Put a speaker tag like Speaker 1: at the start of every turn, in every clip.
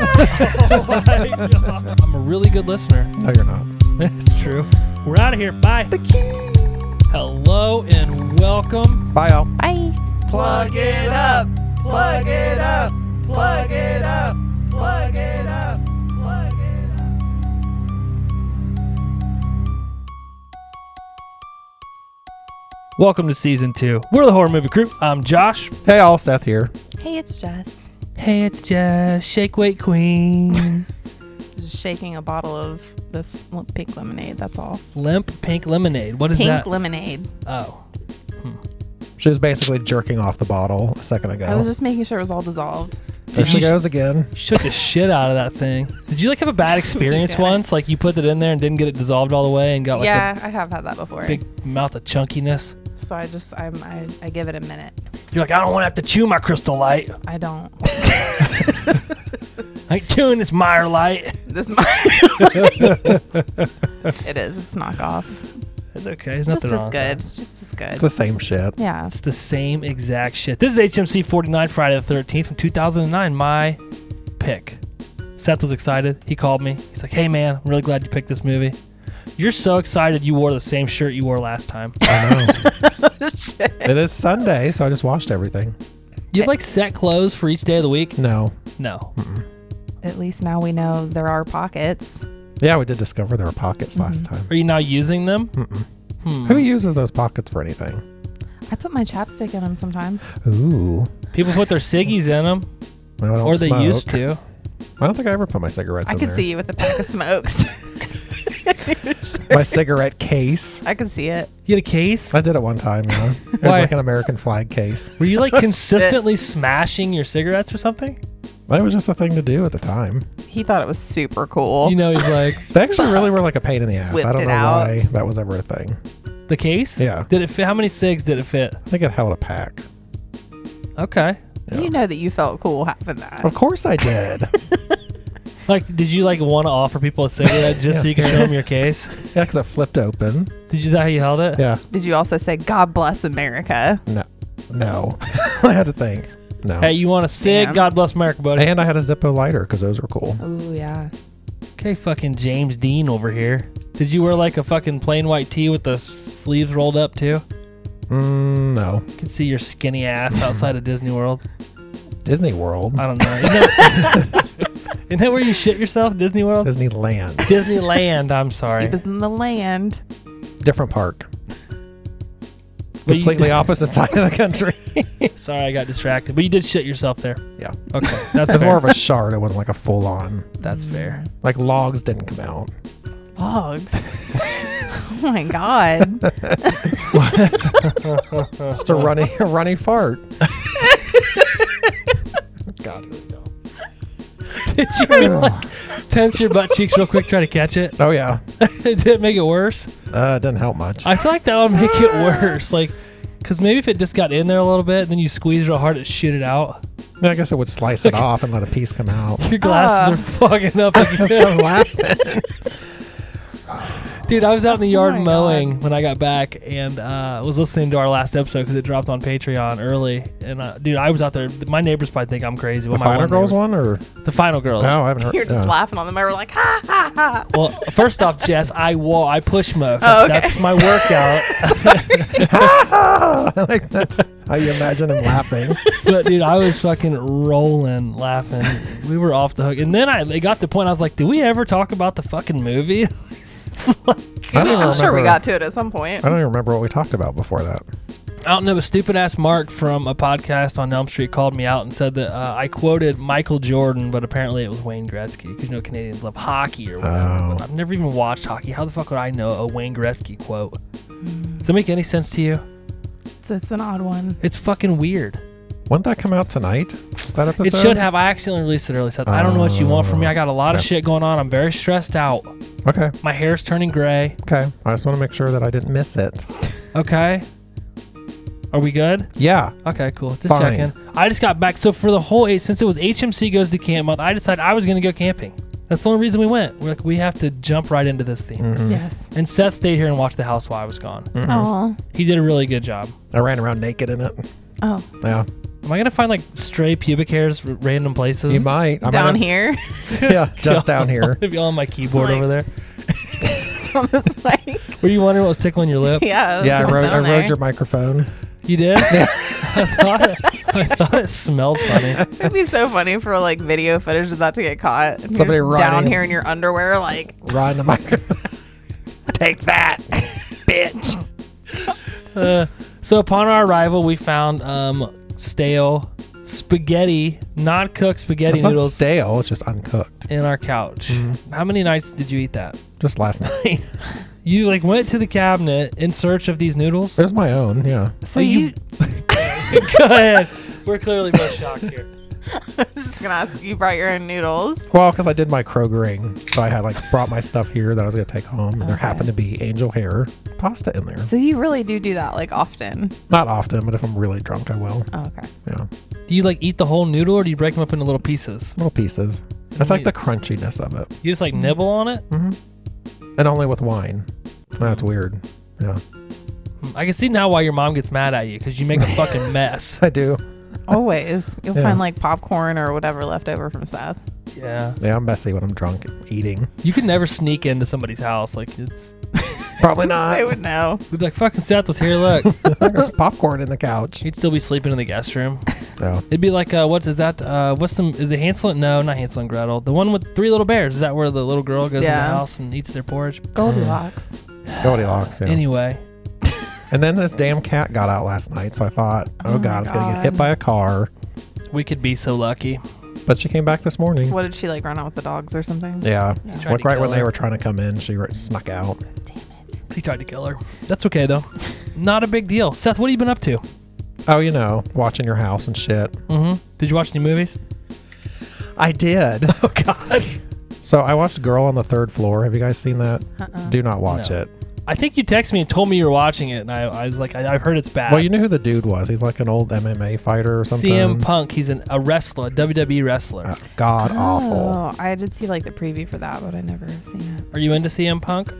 Speaker 1: oh my God. I'm a really good listener.
Speaker 2: No, you're not.
Speaker 1: That's true. We're out of here. Bye. Hello and welcome.
Speaker 2: Bye, y'all.
Speaker 3: Bye.
Speaker 2: Plug it up. Plug it up. Plug it up. Plug it up. Plug it up.
Speaker 1: Welcome to season two. We're the horror movie crew. I'm Josh.
Speaker 2: Hey, all. Seth here.
Speaker 3: Hey, it's Jess.
Speaker 1: Hey, it's Jess, shake weight queen.
Speaker 4: Just shaking a bottle of this l- pink lemonade. That's all.
Speaker 1: Limp pink lemonade. What is
Speaker 4: pink
Speaker 1: that?
Speaker 4: lemonade.
Speaker 1: oh,
Speaker 2: She was basically jerking off the bottle a second ago.
Speaker 4: I was just making sure it was all dissolved.
Speaker 2: there she
Speaker 1: you-
Speaker 2: goes again.
Speaker 1: shook the shit out of that thing. Did you like have a bad experience
Speaker 4: Yeah.
Speaker 1: once? Like you put it in there and didn't get it dissolved all the way and got like
Speaker 4: yeah, I have had that before.
Speaker 1: a big mouth of chunkiness.
Speaker 4: So I just I'm, I I give it a minute.
Speaker 1: You're like, I don't want to have to chew my crystal light.
Speaker 4: I don't.
Speaker 1: I ain't chewing this Meyer light.
Speaker 4: This might. it is. It's knockoff.
Speaker 1: It's okay. It's
Speaker 4: It's just
Speaker 1: nothing
Speaker 4: as
Speaker 1: wrong.
Speaker 4: good. It's just as good.
Speaker 2: It's the same shit.
Speaker 4: yeah.
Speaker 1: It's the same exact shit. This is HMC 49 Friday the 13th from 2009. My pick. Seth was excited. He called me. He's like, "Hey man, I'm really glad you picked this movie. You're so excited. You wore the same shirt you wore last time.
Speaker 2: I know. it is Sunday, so I just washed everything.
Speaker 1: You have like set clothes for each day of the week.
Speaker 2: No.
Speaker 1: No,
Speaker 4: At least now we know there are pockets.
Speaker 2: Yeah, we did discover there were pockets last time.
Speaker 1: are you now using them? Hmm.
Speaker 2: Who uses those pockets for anything?
Speaker 4: I put my chapstick in them sometimes.
Speaker 2: Ooh.
Speaker 1: People put their ciggies in them,
Speaker 2: I don't
Speaker 1: or they
Speaker 2: smoke.
Speaker 1: used to.
Speaker 2: I don't think I ever put my cigarettes
Speaker 4: I
Speaker 2: in
Speaker 4: could
Speaker 2: there.
Speaker 4: see you with a pack of smokes.
Speaker 2: My cigarette case.
Speaker 4: I could see it.
Speaker 1: You had a case.
Speaker 2: I did it one time. You know? It was
Speaker 1: Why?
Speaker 2: like an American flag case.
Speaker 1: Were you like consistently smashing your cigarettes or something?
Speaker 2: It was just a thing to do at the time.
Speaker 4: He thought it was super cool.
Speaker 2: Oh.
Speaker 1: You know, he's like
Speaker 2: They actually really were like a pain in the ass. I
Speaker 4: Whipped
Speaker 2: don't
Speaker 4: it
Speaker 2: know
Speaker 4: out.
Speaker 2: why that was ever a thing.
Speaker 1: the case.
Speaker 2: Yeah.
Speaker 1: Did it fit? How many cigs did it fit?
Speaker 2: I think it held a pack.
Speaker 1: Okay.
Speaker 2: Yeah.
Speaker 4: You know that you felt cool having that.
Speaker 2: Of course I did.
Speaker 1: Like, did you like want to offer people a cigarette just so you could show them your case?
Speaker 2: yeah, because it flipped open.
Speaker 1: Did you is that how you held it?
Speaker 2: Yeah.
Speaker 4: Did you also say God bless America?
Speaker 2: No. No. I had to think. No.
Speaker 1: Hey, you want a cig?
Speaker 4: Damn.
Speaker 1: God bless America, buddy.
Speaker 2: And I had a Zippo lighter because those were cool.
Speaker 4: Oh yeah.
Speaker 1: Okay, fucking James Dean over here. Did you wear like a fucking plain white tee with the s- sleeves rolled up too?
Speaker 2: Mm, no.
Speaker 1: You can see your skinny ass outside of Disney World.
Speaker 2: Disney World.
Speaker 1: I don't know. Isn't that, isn't that where you shit yourself? Disney World?
Speaker 2: Disneyland.
Speaker 1: Disneyland, I'm
Speaker 4: He
Speaker 1: sorry.
Speaker 4: was in the land.
Speaker 2: Different park.
Speaker 1: But you-
Speaker 2: Completely opposite side of the country.
Speaker 1: sorry, I got distracted. But you did shit yourself there.
Speaker 2: Yeah.
Speaker 1: Okay. That's
Speaker 2: It was
Speaker 1: fair.
Speaker 2: more of a shard. It wasn't like a full on.
Speaker 1: That's fair.
Speaker 2: Like logs didn't come out.
Speaker 4: Logs. oh my God.
Speaker 2: Just a runny, a runny fart. God, here we go.
Speaker 1: did you like tense your butt cheeks real quick, try to catch it?
Speaker 2: Oh yeah,
Speaker 1: did it make it worse?
Speaker 2: uh, it didn't help much.
Speaker 1: I feel like that would make it worse. Like, because maybe if it just got in there a little bit, then you squeeze real hard, it shoot it out.
Speaker 2: Yeah, I guess it would slice it off and let a piece come out.
Speaker 1: Your
Speaker 4: Ah.
Speaker 1: glasses are fogging up. again. Dude, I was out in the yard
Speaker 4: Oh my
Speaker 1: mowing when I got back and uh, was listening to our last episode because it dropped on Patreon early. And uh, dude, I was out there. My neighbors probably think I'm crazy.
Speaker 2: the
Speaker 1: Well, my
Speaker 2: final girls
Speaker 1: neighbor-
Speaker 2: one, Oh. or
Speaker 1: The final girls.
Speaker 2: no? I haven't heard.
Speaker 4: Oh. You're just
Speaker 2: yeah.
Speaker 4: laughing on them. And we're like, ha ha ha.
Speaker 1: Well, first off, Jess, I wall, I push smoke.
Speaker 4: Oh, okay.
Speaker 1: That's my workout.
Speaker 2: like that's how you imagine him laughing.
Speaker 1: but dude, I was fucking rolling, laughing. We were off the hook. And then I it got to the point I was like, "Did we ever talk about the fucking movie?" It's like,
Speaker 2: I don't even
Speaker 4: I'm sure we
Speaker 2: remember-
Speaker 4: got to it at some point.
Speaker 2: I don't even remember what we talked about before that.
Speaker 1: I don't know, but stupid ass Mark from a podcast on Elm Street called me out and said that uh, I quoted Michael Jordan, but apparently it was Wayne Gretzky because you know Canadians love hockey or whatever.
Speaker 2: Oh.
Speaker 1: But I've never even watched hockey. How the fuck would I know a Wayne Gretzky quote? Does that make any sense to you?
Speaker 4: It's, it's an odd one.
Speaker 1: It's fucking weird.
Speaker 2: Wouldn't that come out tonight? That episode?
Speaker 1: It should have. I accidentally released it early. So I don't know what you want from me. I got a lot of
Speaker 2: Yeah.
Speaker 1: shit going on. I'm very stressed out.
Speaker 2: Okay.
Speaker 1: My hair's turning gray.
Speaker 2: Okay. I just want to make sure that I didn't miss it.
Speaker 1: Okay. Are we good?
Speaker 2: Yeah.
Speaker 1: Okay, cool. Just
Speaker 2: Fine.
Speaker 1: checking. I just got back. So for the whole eight, since it was HMC goes to camp month, I decided I was gonna go camping. That's the only reason we went. We're like, we have to jump right into this theme.
Speaker 2: Mm. Mm-hmm.
Speaker 4: Yes.
Speaker 1: And Seth stayed here and watched the house while I was gone.
Speaker 4: Oh.
Speaker 1: He did a really good job.
Speaker 2: I ran around naked in it.
Speaker 4: Oh.
Speaker 2: Yeah.
Speaker 1: Am I gonna find like stray pubic hairs r- random places?
Speaker 2: You might. I might
Speaker 4: down
Speaker 2: have-
Speaker 4: here
Speaker 2: Yeah. Just down here.
Speaker 1: Maybe all on my keyboard
Speaker 4: Like-
Speaker 1: over there.
Speaker 4: on this mic.
Speaker 1: Were you wondering what was tickling your lip?
Speaker 4: Yeah.
Speaker 2: Yeah. I
Speaker 4: it's
Speaker 2: rode,
Speaker 4: down
Speaker 2: I
Speaker 4: there.
Speaker 2: rode your microphone.
Speaker 1: You did? I, thought it, I thought it smelled funny.
Speaker 4: It'd be so funny for like video footage of that to get caught. And
Speaker 2: Somebody
Speaker 4: Somebody you down
Speaker 2: riding.
Speaker 4: here in your underwear, like
Speaker 2: Riding the microphone. Take that, bitch.
Speaker 1: Uh, so upon our arrival, we found um, stale spaghetti, not cooked spaghetti
Speaker 2: It's not
Speaker 1: noodles
Speaker 2: stale. It's just uncooked.
Speaker 1: in our couch. How many nights did you eat that?
Speaker 2: Just last night.
Speaker 1: You like went to the cabinet in search of these noodles.
Speaker 2: There's my own. Yeah.
Speaker 1: So you, go ahead. We're clearly both shocked here.
Speaker 4: just gonna ask you brought your own noodles.
Speaker 2: Well, because I did my Krogering, so I had like brought my stuff here that I was gonna take home, and there happened to be angel hair pasta in there.
Speaker 4: So you really do do that like often.
Speaker 2: Not often, but if I'm really drunk, I will.
Speaker 4: Oh, okay.
Speaker 2: Yeah,
Speaker 1: Do you like eat the whole noodle or do you break them up into little pieces?
Speaker 2: little pieces. It's like the crunchiness of it, Mm-hmm.
Speaker 1: You just like nibble on it?
Speaker 2: and only with wine.
Speaker 4: Mm.
Speaker 2: That's weird. Yeah,
Speaker 1: Hmm, I can see now why your mom gets mad at you because you make a fucking mess.
Speaker 2: I do.
Speaker 4: Always. You'll
Speaker 2: Yeah.
Speaker 4: find like popcorn or whatever left over from Seth.
Speaker 1: Yeah.
Speaker 2: Yeah, I'm messy when I'm drunk eating.
Speaker 1: You could never sneak into somebody's house. Like, it's.
Speaker 2: Probably
Speaker 4: I
Speaker 2: not.
Speaker 4: would know.
Speaker 1: We'd be like, fucking Seth was here, look.
Speaker 2: There's popcorn in the couch.
Speaker 1: He'd still be sleeping in the guest room.
Speaker 2: Yeah,
Speaker 1: It'd be like, uh, what's is that? Uh, what's the is it Hansel? and- No, not Hansel and Gretel. The one with three little bears. Is that where the little girl goes in
Speaker 4: Yeah.
Speaker 1: the house and eats their porridge?
Speaker 4: Goldilocks.
Speaker 2: Goldilocks. Yeah.
Speaker 1: Anyway,
Speaker 2: And then this damn cat got out last night, so I thought, oh,
Speaker 4: Oh my
Speaker 2: god, it's gonna get hit
Speaker 4: God.
Speaker 2: by a car.
Speaker 1: we could be so lucky.
Speaker 2: But she came back this morning.
Speaker 4: What did she like run out with the dogs or something?
Speaker 2: Yeah.
Speaker 1: tried
Speaker 2: Like
Speaker 1: to
Speaker 2: right when
Speaker 1: kill
Speaker 2: they
Speaker 1: her.
Speaker 2: were trying to come in, she r- snuck out.
Speaker 1: He tried to kill her. That's okay though. not a big deal. Seth, what have you been up to?
Speaker 2: Oh, you know, watching your house and shit.
Speaker 1: Mm-hmm. Did you watch any movies?
Speaker 2: I did.
Speaker 1: Oh God.
Speaker 2: so I watched Girl on the Third Floor. Have you guys seen that?
Speaker 4: Uh-uh.
Speaker 2: Do not watch
Speaker 1: No.
Speaker 2: it.
Speaker 1: I think you texted me and told me you were watching it, and I, I was like, I, I've heard it's bad.
Speaker 2: Well, you knew who the dude was. He's like an old MMA fighter or something.
Speaker 1: CM Punk, he's an, a wrestler, a WWE wrestler.
Speaker 2: Uh, God awful.
Speaker 4: Oh, I did see like the preview for that, but I never seen it.
Speaker 1: Are you into CM Punk?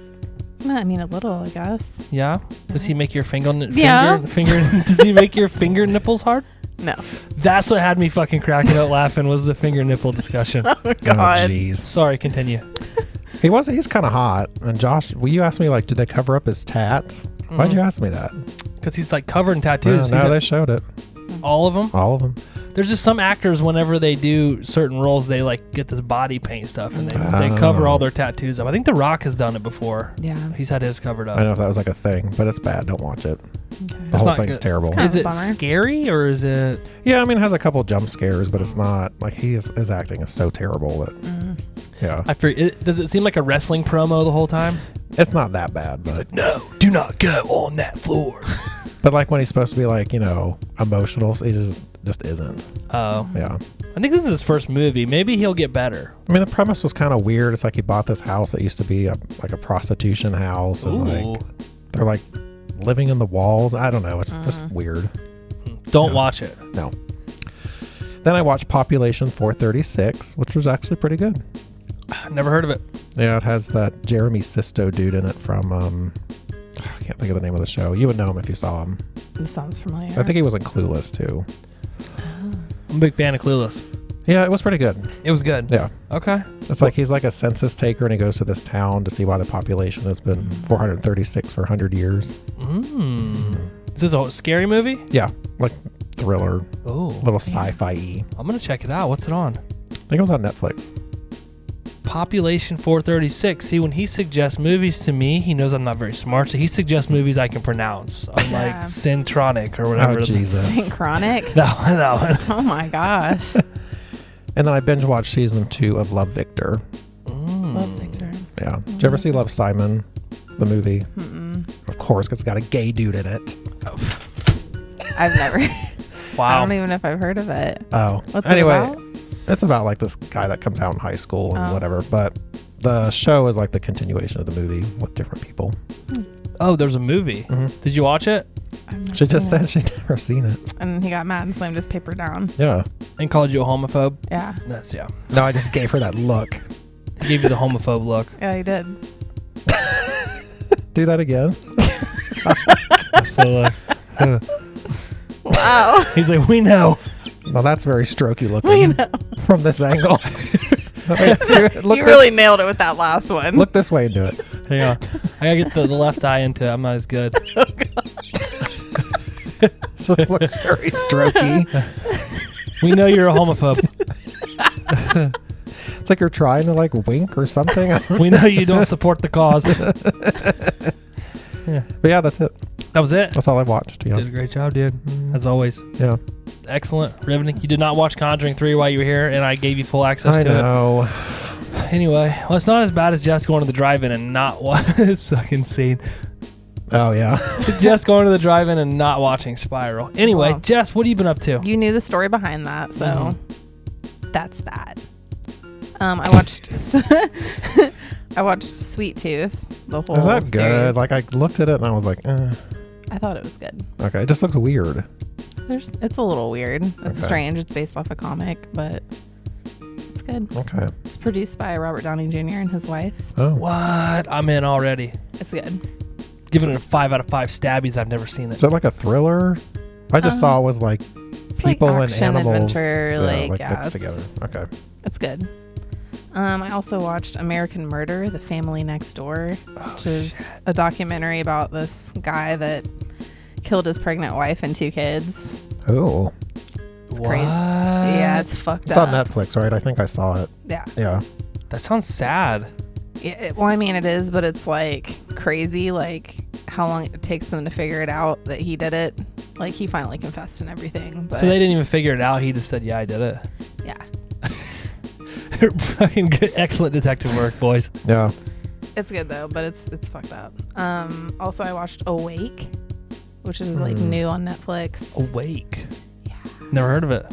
Speaker 4: Well, I mean, a little, I guess.
Speaker 1: Yeah. Does he make your finger finger
Speaker 4: Yeah.
Speaker 1: finger? does he make your finger nipples hard?
Speaker 4: No.
Speaker 1: That's what had me fucking cracking up laughing was the finger nipple discussion.
Speaker 4: Oh
Speaker 2: Oh,
Speaker 4: God.
Speaker 2: jeez.
Speaker 1: Sorry, continue.
Speaker 2: He was. He's kind of hot. And Josh, well, you asked me like, did they cover up his tat? Why'd you ask me that?
Speaker 1: Because he's like covered in
Speaker 2: Dude,
Speaker 1: tattoos.
Speaker 2: no,
Speaker 1: He's
Speaker 2: they
Speaker 1: like-
Speaker 2: showed it.
Speaker 1: all of them.
Speaker 2: All of them.
Speaker 1: There's just some actors whenever they do certain roles, they like get this body paint stuff and they, they cover
Speaker 2: Oh.
Speaker 1: all their tattoos up. I think The Rock has done it before.
Speaker 4: Yeah.
Speaker 1: He's had his covered
Speaker 2: I
Speaker 1: up.
Speaker 2: don't know if that was like a thing, but it's bad. Don't watch it. The
Speaker 1: It's
Speaker 2: whole
Speaker 1: not
Speaker 2: thing's
Speaker 1: good.
Speaker 2: terrible.
Speaker 4: kind
Speaker 1: Is
Speaker 4: Kind of
Speaker 1: it
Speaker 4: a bummer.
Speaker 1: scary or is it?
Speaker 2: yeah, I mean, it has a couple jump scares, but it's not like he is, his acting is so terrible that. Yeah,
Speaker 1: Mm-hmm. I forget. It, does it seem like a wrestling promo the whole time?
Speaker 2: it's not that bad, but
Speaker 1: No, do not go on that floor.
Speaker 2: But like when he's supposed to be like, you know, emotional, he just just isn't.
Speaker 1: Oh,
Speaker 2: Yeah.
Speaker 1: I think this is his first movie. Maybe he'll get better.
Speaker 2: I mean, the premise was kind of weird. It's like he bought this house that used to be a, like a prostitution house, and
Speaker 1: Ooh.
Speaker 2: like they're like living in the walls. I don't know. It's
Speaker 1: Mm-hmm.
Speaker 2: just weird.
Speaker 1: Don't
Speaker 2: Yeah.
Speaker 1: watch it.
Speaker 2: No. Then I watched Population 436, which was actually pretty good.
Speaker 1: Never heard of it.
Speaker 2: Yeah, it has that Jeremy Sisto dude in it from um, I can't think of the name of the show. You would know him if you saw him.
Speaker 4: This sounds familiar.
Speaker 2: I think he was in Clueless too.
Speaker 1: I'm a big fan of Clueless.
Speaker 2: Yeah, it was pretty good.
Speaker 1: It was good.
Speaker 2: Yeah.
Speaker 1: Okay.
Speaker 2: It's like he's like a census taker and he goes to this town to see why the population has been
Speaker 4: Mm.
Speaker 2: 436 for 100 years.
Speaker 1: Mm. Is this a scary movie?
Speaker 2: Yeah, like thriller,
Speaker 1: Oh,
Speaker 2: little sci fi y.
Speaker 1: I'm gonna check it out. What's it on?
Speaker 2: I think it was on Netflix.
Speaker 1: Population 436. See, when he suggests movies to me, he knows I'm not very smart, so he suggests movies I can pronounce. I'm like
Speaker 4: Yeah.
Speaker 1: Centronic or whatever.
Speaker 2: Oh, Jesus.
Speaker 4: Synchronic.
Speaker 1: That one, that one.
Speaker 4: oh my gosh.
Speaker 2: and then I binge watched season two of Love Victor. Hmm.
Speaker 4: Love picture.
Speaker 2: Yeah. Did you
Speaker 4: Mm.
Speaker 2: ever see Love Simon, the movie? Of course, 'cause it's got a gay dude in it.
Speaker 4: I've never. Mm. I
Speaker 1: Wow.
Speaker 4: don't even know if I've heard of it.
Speaker 2: Oh,
Speaker 4: What's
Speaker 2: anyway,
Speaker 4: it about?
Speaker 2: it's about like this guy that comes out in high school and
Speaker 4: Oh.
Speaker 2: whatever. But the show is like the continuation of the movie with different people.
Speaker 1: Oh, there's a movie.
Speaker 2: Mhm.
Speaker 1: Did you watch it?
Speaker 4: I'm not
Speaker 2: She just
Speaker 4: sure.
Speaker 2: said she'd never seen it.
Speaker 4: And he got mad and slammed his paper down.
Speaker 2: Yeah.
Speaker 1: And called you a homophobe?
Speaker 4: Yeah.
Speaker 1: That's yeah.
Speaker 2: No, I just gave her that look.
Speaker 1: He gave you the homophobe look.
Speaker 4: Yeah, he did.
Speaker 2: Do that again.
Speaker 1: That's the look.
Speaker 4: Wow.
Speaker 1: He's like, we know.
Speaker 2: Well, that's very strokey looking from this angle. Wait, do it. look,
Speaker 4: you
Speaker 2: this,
Speaker 4: really nailed it with that last one.
Speaker 2: look this way and do it.
Speaker 1: Hang on. I gotta get the, the left eye into it. I'm not as good.
Speaker 2: So it looks very strokey.
Speaker 1: We know you're a homophobe.
Speaker 2: It's like you're trying to like wink or something. but
Speaker 1: We know you don't support the cause. That
Speaker 2: yeah, that's it.
Speaker 1: was it.
Speaker 2: That's all I watched. Yeah.
Speaker 1: Did a great job, dude. As always.
Speaker 2: Yeah.
Speaker 1: Excellent. Riveting. You did not watch Conjuring 3 while you were here, and I gave you full access
Speaker 2: I
Speaker 1: to
Speaker 2: know.
Speaker 1: it. Anyway, well, it's not as bad as just going to the drive in and not watching this fucking scene.
Speaker 2: Oh yeah.
Speaker 1: Just going to the drive in and not watching Spiral. Anyway,
Speaker 4: Wow.
Speaker 1: Jess, what have you been up to?
Speaker 4: You knew the story behind that, so
Speaker 2: Mm-hmm.
Speaker 4: that's that. Um, I watched I watched Sweet Tooth, the whole
Speaker 2: Is that good?
Speaker 4: series.
Speaker 2: Like I looked at it and I was like, eh.
Speaker 4: I thought it was good.
Speaker 2: okay. It just looked weird.
Speaker 4: There's it's a little weird. It's
Speaker 2: Okay.
Speaker 4: strange. It's based off a comic, but it's good.
Speaker 2: Okay.
Speaker 4: It's produced by Robert Downey Jr. and his wife.
Speaker 2: Oh.
Speaker 1: What? I'm in already.
Speaker 4: It's good.
Speaker 1: Giving it a five out of five stabbies. I've never seen
Speaker 2: Is
Speaker 1: it.
Speaker 2: that like a thriller? I just
Speaker 4: Um,
Speaker 2: saw was like
Speaker 4: It's
Speaker 2: people
Speaker 4: like
Speaker 2: and
Speaker 4: action
Speaker 2: animals.
Speaker 4: adventure,
Speaker 2: yeah,
Speaker 4: like,
Speaker 2: like
Speaker 4: yeah,
Speaker 2: mixed
Speaker 4: it's,
Speaker 2: together. Okay.
Speaker 4: it's good. Um, I also watched American Murder: The Family Next Door,
Speaker 2: Oh,
Speaker 4: which is a documentary about this guy that killed his pregnant wife and two kids.
Speaker 2: Oh.
Speaker 1: It's
Speaker 4: crazy. yeah, it's fucked
Speaker 2: It's on
Speaker 4: up.
Speaker 2: Netflix, right? I think I saw it.
Speaker 4: Yeah.
Speaker 2: Yeah.
Speaker 1: That sounds sad.
Speaker 4: Yeah, it- well, I mean, it is, but it's like crazy, like how long it takes them to figure it out that he did it. Like he finally confessed and everything. But
Speaker 1: So they didn't even figure it out. He just said, "Yeah, I did it."
Speaker 4: yeah,
Speaker 1: Fucking good, excellent detective work, boys.
Speaker 2: Yeah.
Speaker 4: it's good though, but it's it's fucked up. Um, also, I watched Awake, which is like
Speaker 1: Mm.
Speaker 4: new on Netflix.
Speaker 1: Oh, Awake. Never heard of it.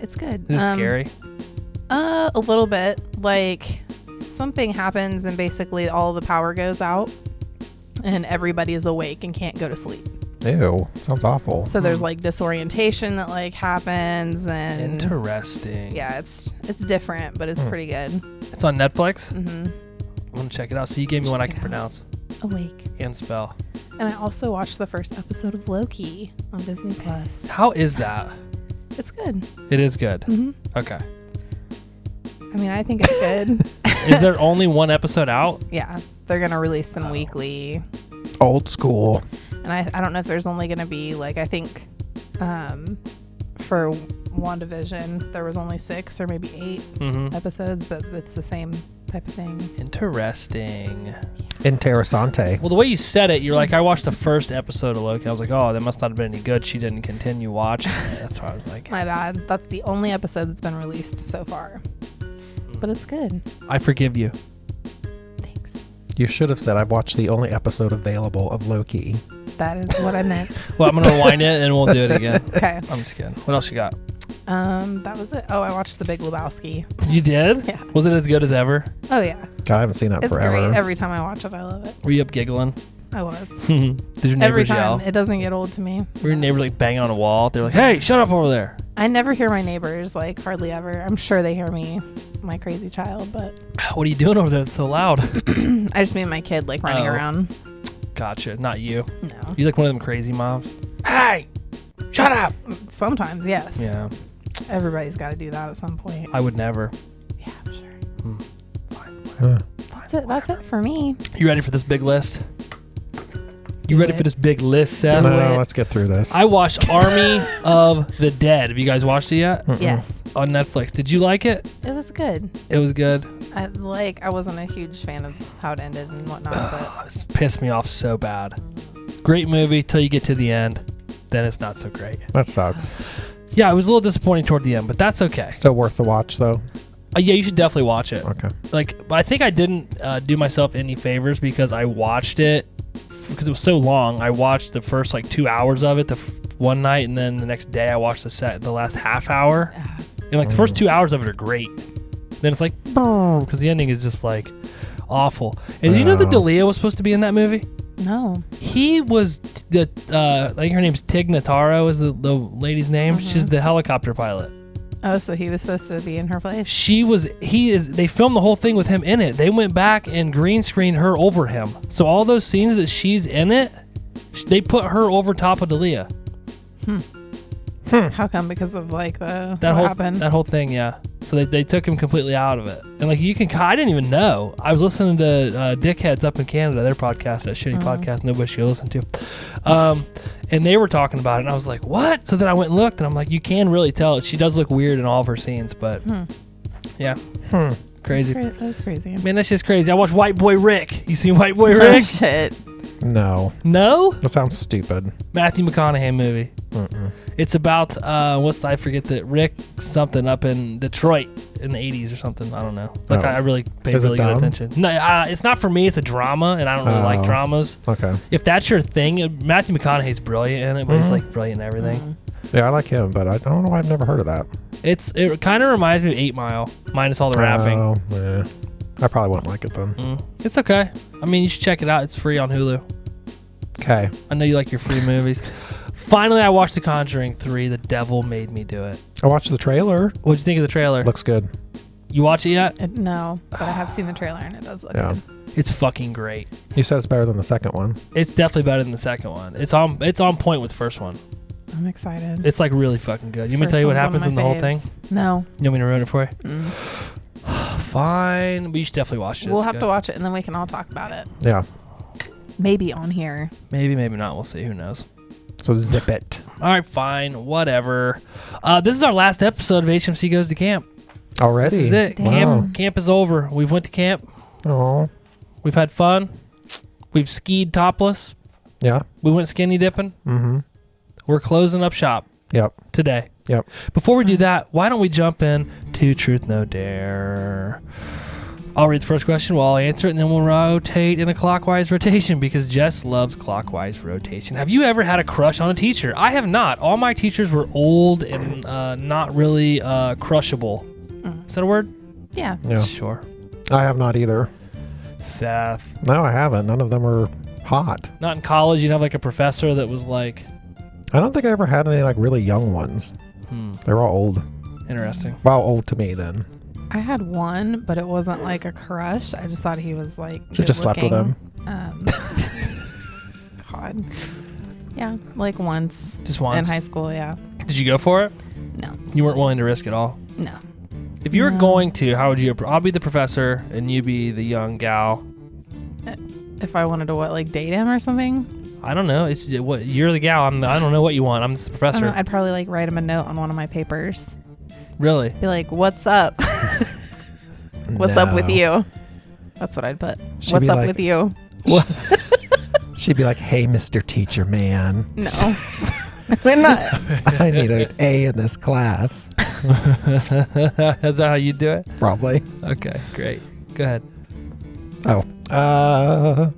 Speaker 4: It's good.
Speaker 1: Is it
Speaker 4: Um,
Speaker 1: scary?
Speaker 4: Uh, a little bit. Like something happens and basically all the power goes out, and everybody is awake and can't go to sleep.
Speaker 2: Ew. Sounds awful.
Speaker 1: Hmm.
Speaker 4: So there's like disorientation that like happens and
Speaker 1: Interesting.
Speaker 4: uh,
Speaker 1: Hmm.
Speaker 4: yeah, it's it's different, but it's pretty good.
Speaker 1: It's on Netflix.
Speaker 4: Mm.
Speaker 1: Mm-hmm. I want to check it out. So you gave me one I
Speaker 4: Check
Speaker 1: can
Speaker 4: it out.
Speaker 1: pronounce
Speaker 4: Awake.
Speaker 1: and spell.
Speaker 4: And I also watched the first episode of Loki on Disney Plus.
Speaker 1: How is that?
Speaker 4: It's good.
Speaker 1: It is good.
Speaker 4: Mhm.
Speaker 1: Okay.
Speaker 4: I mean, I think it's good.
Speaker 1: Is there only one episode out?
Speaker 4: yeah, they're gonna release them weekly,
Speaker 2: Old school.
Speaker 4: and I I don't know if there's only gonna be like I think, um, for WandaVision there was only six or maybe eight
Speaker 1: Mm-hmm.
Speaker 4: episodes, but it's the same type of thing.
Speaker 1: Interesting.
Speaker 2: In Terrasante.
Speaker 1: Well, the way you said it, you're like, I watched the first episode of Loki. I was like, oh, that must not have been any good. She didn't continue watching. it. That's why I was like,
Speaker 4: My bad. That's the only episode that's been released so far,
Speaker 1: Hmm.
Speaker 4: but it's good.
Speaker 1: I forgive you.
Speaker 4: Thanks.
Speaker 2: You should have said I've watched the only episode available of Loki.
Speaker 4: That is what I meant.
Speaker 1: Well, I'm gonna rewind it and we'll do it again.
Speaker 4: Okay.
Speaker 1: I'm just kidding. What else you got?
Speaker 4: Um, that was it. Oh, I watched The Big Lebowski.
Speaker 1: You did?
Speaker 4: Yeah.
Speaker 1: Was it as good as ever?
Speaker 4: Oh yeah,
Speaker 2: God, I haven't seen that
Speaker 4: it's
Speaker 2: forever.
Speaker 4: great. Every time I watch it, I love it.
Speaker 1: Were you up giggling?
Speaker 4: I was
Speaker 1: Did your
Speaker 4: every
Speaker 1: neighbors
Speaker 4: time.
Speaker 1: yell?
Speaker 4: It doesn't get old to me.
Speaker 1: Were your neighbors like banging on a wall? They're like, "Hey, shut up over there!"
Speaker 4: I never hear my neighbors like hardly ever. I'm sure they hear me, my crazy child. But
Speaker 1: What are you doing over there? That's so loud.
Speaker 4: I just mean my kid like running
Speaker 1: Oh.
Speaker 4: around.
Speaker 1: gotcha. Not you.
Speaker 4: No,
Speaker 1: You like one of them crazy moms. Hey, shut up.
Speaker 4: sometimes yes.
Speaker 1: Yeah,
Speaker 4: Everybody's got to do that at some point.
Speaker 1: I would never.
Speaker 4: Yeah, I'm sure.
Speaker 2: Huh.
Speaker 4: That's it. That's it for me.
Speaker 1: You ready for this big list? You ready
Speaker 4: it.
Speaker 1: for this big list,
Speaker 2: No,
Speaker 1: Seth?
Speaker 2: no, let's get through this.
Speaker 1: I watched Army of the Dead. Have you guys watched it yet?
Speaker 4: Yes,
Speaker 1: On Netflix. Did you like it?
Speaker 4: it was good.
Speaker 1: It was good.
Speaker 4: I like. I wasn't a huge fan of how it ended and whatnot, but
Speaker 1: It's pissed me off so bad. Great movie till you get to the end, then it's not so great.
Speaker 2: that sucks.
Speaker 1: Yeah, it was a little disappointing toward the end, but that's okay.
Speaker 2: Still worth the watch though.
Speaker 1: Uh, yeah, you should definitely watch it.
Speaker 2: Okay.
Speaker 1: Like, but I think I didn't uh, do myself any favors because I watched it because it was so long. I watched the first like two hours of it the f- one night, and then the next day I watched the set the last half hour. And like the first two hours of it are great. Then it's like because the ending is just like awful. And did you know that
Speaker 2: Oh.
Speaker 1: Dalia was supposed to be in that movie?
Speaker 4: No.
Speaker 1: He was t- the uh, I think her name's Tig Notaro is the, the lady's name. She's the helicopter pilot.
Speaker 4: Oh, so he was supposed to be in her place.
Speaker 1: She was he is they filmed the whole thing with him in it. They went back and green screened her over him. So all those scenes that she's in it, sh- they put her over top of Dalia.
Speaker 4: How come? Because of like the
Speaker 1: Hmm. That
Speaker 4: what
Speaker 1: whole
Speaker 4: happened.
Speaker 1: that whole thing, yeah. So they, they took him completely out of it. And like you can I didn't even know. I was listening to uh, Dickheads up in Canada, their podcast, that shitty
Speaker 4: Mm-hmm.
Speaker 1: podcast nobody should listen to. Um and they were talking about it and I was like, "What?" So then I went and looked and I'm like, "You can really tell. She does look weird in all of her scenes, but
Speaker 4: Hmm.
Speaker 1: Yeah. Hmm.
Speaker 4: That's
Speaker 1: Crazy.
Speaker 4: cra- that was crazy.
Speaker 1: Man, that's just crazy. I watched White Boy Rick. You seen White Boy
Speaker 4: Oh,
Speaker 1: Rick?
Speaker 4: shit.
Speaker 2: No,
Speaker 1: no?
Speaker 2: that sounds stupid.
Speaker 1: Matthew McConaughey movie.
Speaker 2: Mm-mm.
Speaker 1: It's about uh, what's the, I forget that Rick something up in Detroit in the eighties or something. I don't know. Like
Speaker 2: Oh.
Speaker 1: I, I really pay
Speaker 2: Is it
Speaker 1: really good
Speaker 2: dumb?
Speaker 1: attention. No, uh, it's not for me. It's a drama, and I don't really like
Speaker 2: Oh.
Speaker 1: dramas.
Speaker 2: Okay.
Speaker 1: If that's your thing, uh, Matthew McConaughey's brilliant in it, but he's
Speaker 2: Mhm.
Speaker 1: like brilliant in everything.
Speaker 4: Mm.
Speaker 2: Yeah, I like him, but I don't know why I've never heard of that.
Speaker 1: It's it kind of reminds me of Eight Mile minus all the rapping.
Speaker 2: Oh, eh. I probably wouldn't like it then.
Speaker 1: Mm. It's okay. I mean, you should check it out. It's free on Hulu.
Speaker 2: Okay.
Speaker 1: I know you like your free movies. Finally, I watched The Conjuring Three. The Devil made me do it.
Speaker 2: I watched the trailer.
Speaker 1: What'd you think of the trailer?
Speaker 2: Looks good.
Speaker 1: You watch it yet?
Speaker 4: It- no, but I have seen the trailer and it does look
Speaker 2: Yeah.
Speaker 4: good.
Speaker 1: It's fucking great.
Speaker 2: You said it's better than the second one.
Speaker 1: It's definitely better than the second one. It's on it's on point with the first one.
Speaker 4: I'm excited.
Speaker 1: It's like really fucking good. You want me to
Speaker 4: First
Speaker 1: tell you what
Speaker 4: one's
Speaker 1: happens
Speaker 4: one of
Speaker 1: in the
Speaker 4: my
Speaker 1: whole thing?
Speaker 4: faves. No.
Speaker 1: You want me to ruin it for you?
Speaker 4: Mm.
Speaker 1: Fine. But you should definitely watch it.
Speaker 4: We'll
Speaker 1: It's
Speaker 4: have
Speaker 1: good.
Speaker 4: to watch it and then we can all talk about it.
Speaker 2: Yeah.
Speaker 4: Maybe on here.
Speaker 1: Maybe, maybe not. We'll see. Who knows?
Speaker 2: So zip it.
Speaker 1: All right, fine. Whatever. Uh, this is our last episode of HMC Goes to Camp.
Speaker 2: Already.
Speaker 1: This is it.
Speaker 2: Wow.
Speaker 1: Camp camp is over. We've went to camp.
Speaker 2: Oh.
Speaker 1: We've had fun. We've skied topless.
Speaker 2: Yeah.
Speaker 1: We went skinny dipping.
Speaker 2: Mm-hmm.
Speaker 1: We're closing up shop
Speaker 2: Yep.
Speaker 1: today.
Speaker 2: Yep.
Speaker 1: Before we do that, why don't we jump in to Truth No Dare? I'll read the first question, we'll all answer it, and then we'll rotate in a clockwise rotation because Jess loves clockwise rotation. Have you ever had a crush on a teacher? I have not. All my teachers were old and uh, not really uh, crushable.
Speaker 4: Hmm.
Speaker 1: Is that a word?
Speaker 4: Yeah.
Speaker 2: Yeah.
Speaker 1: Sure.
Speaker 2: I have not either.
Speaker 1: Seth.
Speaker 2: No, I haven't. None of them are hot.
Speaker 1: Not in college, you'd have like a professor that was like,
Speaker 2: I don't think I ever had any like really young ones.
Speaker 1: hmm,
Speaker 2: They're all old.
Speaker 1: interesting.
Speaker 2: Wow, old to me then.
Speaker 4: I had one, but it wasn't like a crush. I just thought he was like.
Speaker 2: She just slept with him.
Speaker 4: good-looking. Um, God. Yeah, like once
Speaker 1: Just
Speaker 4: in
Speaker 1: once.
Speaker 4: high school. Yeah.
Speaker 1: Did you go for it?
Speaker 4: No,
Speaker 1: You weren't willing to risk it all.
Speaker 4: no.
Speaker 1: If you were
Speaker 4: No.
Speaker 1: going to, how would you? appro- I'll be the professor and you be the young gal.
Speaker 4: If I wanted to what, like date him or something,
Speaker 1: I don't know. It's what you're the gal. I'm. The, I don't know what you want. I'm just the
Speaker 4: I don't
Speaker 1: professor.
Speaker 4: know, I'd probably like write him a note on one of my papers.
Speaker 1: really?
Speaker 4: Be like, "What's up? What's up with
Speaker 2: No.
Speaker 4: you?" That's what I'd put.
Speaker 2: She'd
Speaker 4: What's
Speaker 2: be
Speaker 4: up
Speaker 2: like-
Speaker 4: with you?
Speaker 2: She'd be like, "Hey, Mr. Teacher Man,
Speaker 4: No, we're not.
Speaker 2: I need an A in this class."
Speaker 1: Is that how you do it?
Speaker 2: Probably.
Speaker 1: Okay. Great. Go ahead.
Speaker 2: Oh. Uh,